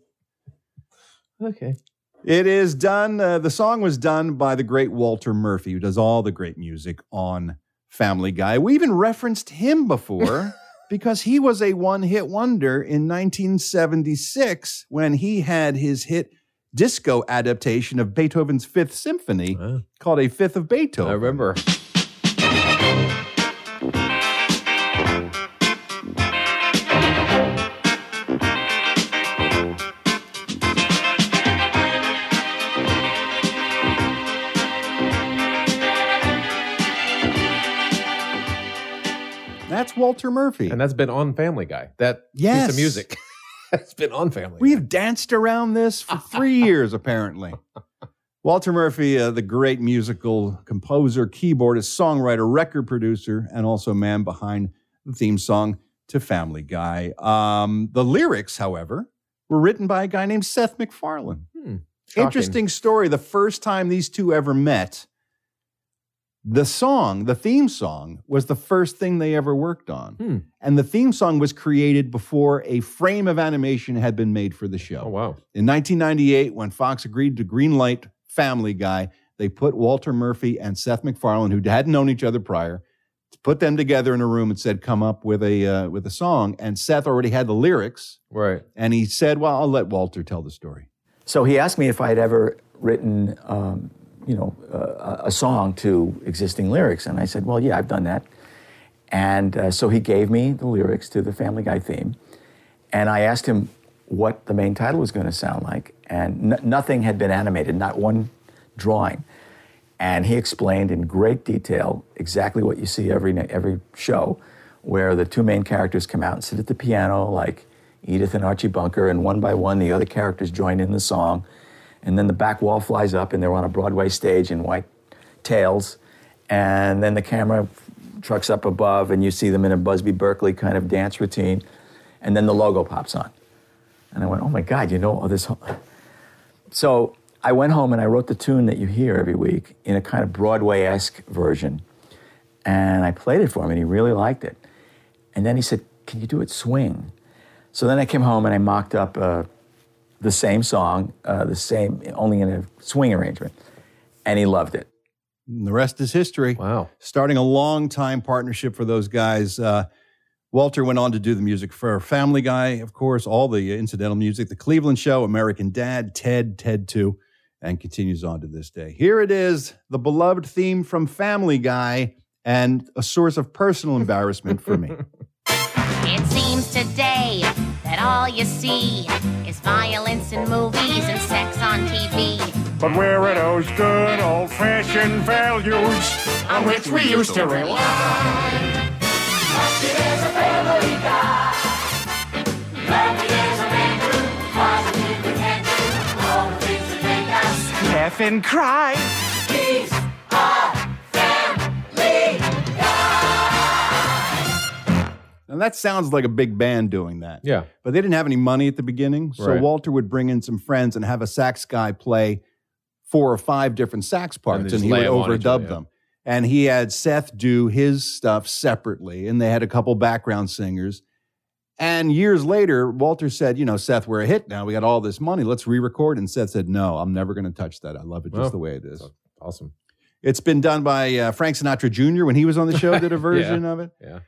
Okay. It is done. Uh, the song was done by the great Walter Murphy, who does all the great music on Family Guy. We even referenced him before because he was a one hit wonder in 1976 when he had his hit disco adaptation of Beethoven's Fifth Symphony called A Fifth of Beethoven. I remember. That's Walter Murphy. Uh, And that's been on Family Guy. That Yes. piece of music. it's been on Family. We have danced around this for three years, apparently. Walter Murphy, uh, the great musical composer, keyboardist, songwriter, record producer, and also man behind the theme song to Family Guy. Um, the lyrics, however, were written by a guy named Seth MacFarlane. Shocking. Interesting story. The first time these two ever met, the song, the theme song, was the first thing they ever worked on. Hmm. And the theme song was created before a frame of animation had been made for the show. Oh, wow. In 1998, when Fox agreed to greenlight Family Guy, they put Walter Murphy and Seth MacFarlane, who hadn't known each other prior, put them together in a room and said, "Come up with a uh, with a song." And Seth already had the lyrics, right? And he said, "Well, I'll let Walter tell the story." So he asked me if I had ever written, um, you know, uh, a song to existing lyrics, and I said, "Well, yeah, I've done that." And uh, so he gave me the lyrics to the Family Guy theme, and I asked him what the main title was going to sound like, and n- nothing had been animated, not one drawing. And he explained in great detail exactly what you see every na- every show, where the two main characters come out and sit at the piano, like Edith and Archie Bunker, and one by one the other characters join in the song, and then the back wall flies up, and they're on a Broadway stage in white tails, and then the camera trucks up above, and you see them in a Busby Berkeley kind of dance routine, and then the logo pops on, and I went, oh my God, you know all this. whole- so I went home and I wrote the tune that you hear every week in a kind of Broadway esque version. And I played it for him and he really liked it. And then he said, Can you do it swing? So then I came home and I mocked up uh, the same song, uh, the same, only in a swing arrangement. And he loved it. And the rest is history. Wow. Starting a long time partnership for those guys. Uh, Walter went on to do the music for Family Guy, of course, all the incidental music, The Cleveland Show, American Dad, Ted, Ted 2, and continues on to this day. Here it is, the beloved theme from Family Guy, and a source of personal embarrassment for me. It seems today that all you see is violence in movies and sex on TV. But where are those good old fashioned values on which we used to rely? Laugh and cry. He's a family And that sounds like a big band doing that. Yeah. But they didn't have any money at the beginning. So Right. Walter would bring in some friends and have a sax guy play four or five different sax parts and, just he lay would them on each other, overdub them. And he had Seth do his stuff separately. And they had a couple background singers. And years later, Walter said, You know, Seth, we're a hit now. We got all this money. Let's re record. And Seth said, No, I'm never going to touch that. I love it just Well, the way it is. Awesome. It's been done by uh, Frank Sinatra Jr. when he was on the show, did a Yeah. version of it. Yeah.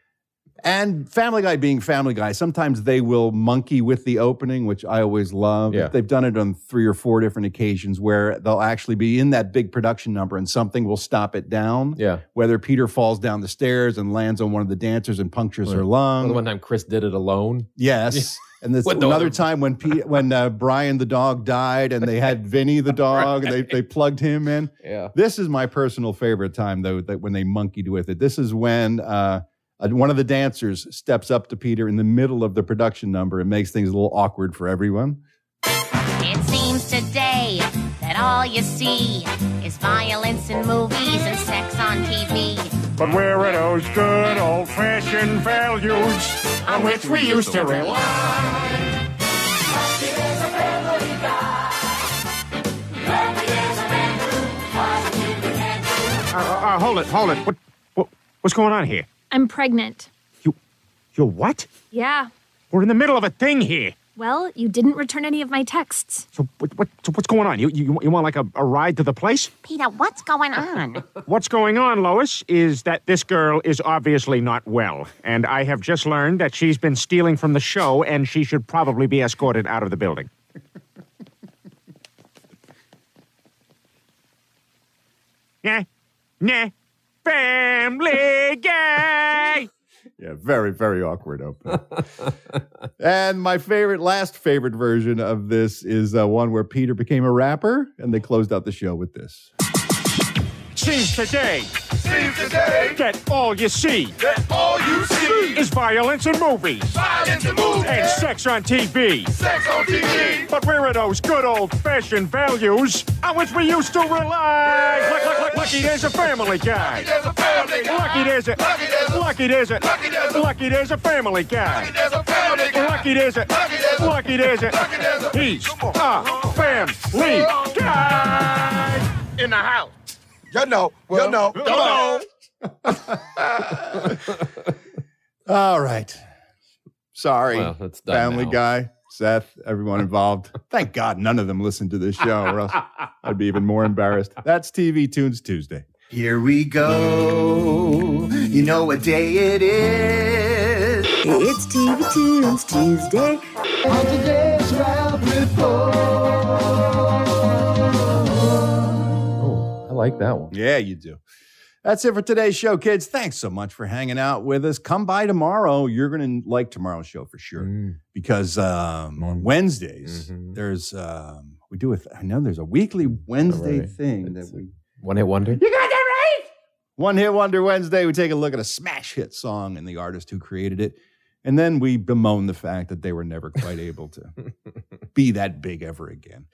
And Family Guy being Family Guy, sometimes they will monkey with the opening, which I always love. Yeah. They've done it on three or four different occasions where they'll actually be in that big production number and something will stop it down. Yeah. Whether Peter falls down the stairs and lands on one of the dancers and punctures her lung. The one time Chris did it alone. Yes. And this What the- another time when Pete, when uh, Brian the dog died and they had Vinny the dog, and they, they plugged him in. Yeah. This is my personal favorite time though that when they monkeyed with it. This is when uh, uh, one of the dancers steps up to Peter in the middle of the production number and makes things a little awkward for everyone. It seems today that all you see is violence in movies and sex on TV. But where are those good old fashioned values on which we used to rely? Uh, uh, uh, hold it, hold it. What, what, what's going on here? I'm pregnant. You're what? Yeah. We're in the middle of a thing here. Well, you didn't return any of my texts. So what, what, so what's going on? You, you, you want like a, a ride to the place? Peter, what's going on? What's going on, Lois, is that this girl is obviously not well, and I have just learned that she's been stealing from the show, and she should probably be escorted out of the building. nah, nah, family gay. Yeah, very very awkward opening. and my favorite, last favorite version of this is uh, one where Peter became a rapper, and they closed out the show with this. Seems today. Seems today. That all you see. That all you see. Is violence in movies. Violence in movies. And sex on TV. Sex on TV. But where are those good old fashioned values on which we used to rely? Lucky, lucky, lucky, lucky there's a family guy. Lucky there's a family guy. Lucky there's a. Lucky there's a. Lucky there's a. Lucky there's a family guy. Lucky there's a family guy. Lucky there's a lucky there's a Ah. he's a family guy in the house. You know, you know, you know. All right. Sorry, Well, that's done Family now. Guy, Seth, everyone involved. Thank God none of them listened to this show, or else I'd be even more embarrassed. That's TV Tunes Tuesday. Here we go. You know what day it is. It's TV Tunes Tuesday. On today's Ralph Report. Oh, I like that one. Yeah, you do. That's it for today's show, kids. Thanks so much for hanging out with us. Come by tomorrow. You're going to like tomorrow's show for sure Mm-hmm. Mm. because um, on Wednesdays, there's, um, we do a, th- I know there's a weekly Wednesday Right. thing that we. One hit wonder. You got that right. One Hit Wonder Wednesday, we take a look at a smash hit song and the artist who created it. And then we bemoan the fact that they were never quite able to be that big ever again.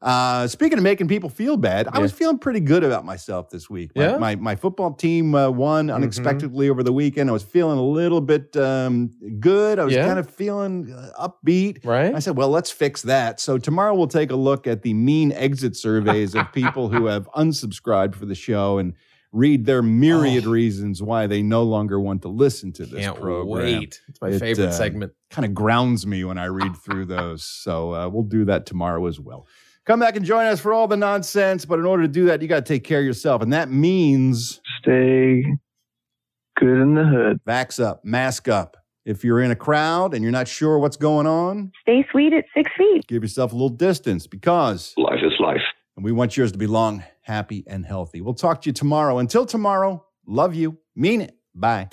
Uh, speaking of making people feel bad, I was feeling pretty good about myself this week. My, Yeah? Mm-hmm. my, my football team uh, won unexpectedly over the weekend. I was feeling a little bit um, good. I was Yeah? kind of feeling uh, upbeat. Right. I said, well, let's fix that. So tomorrow we'll take a look at the mean exit surveys of people who have unsubscribed for the show and read their myriad reasons why they no longer want to listen to this Oh. Can't program. uh, wait. It's my favorite segment. Kind of grounds me when I read through those. So uh, we'll do that tomorrow as well. Come back and join us for all the nonsense. But in order to do that, you got to take care of yourself. And that means stay good in the hood. Vax up, mask up. If you're in a crowd and you're not sure what's going on, stay sweet at six feet. Give yourself a little distance because life is life. And we want yours to be long, happy, and healthy. We'll talk to you tomorrow. Until tomorrow, love you. Mean it. Bye.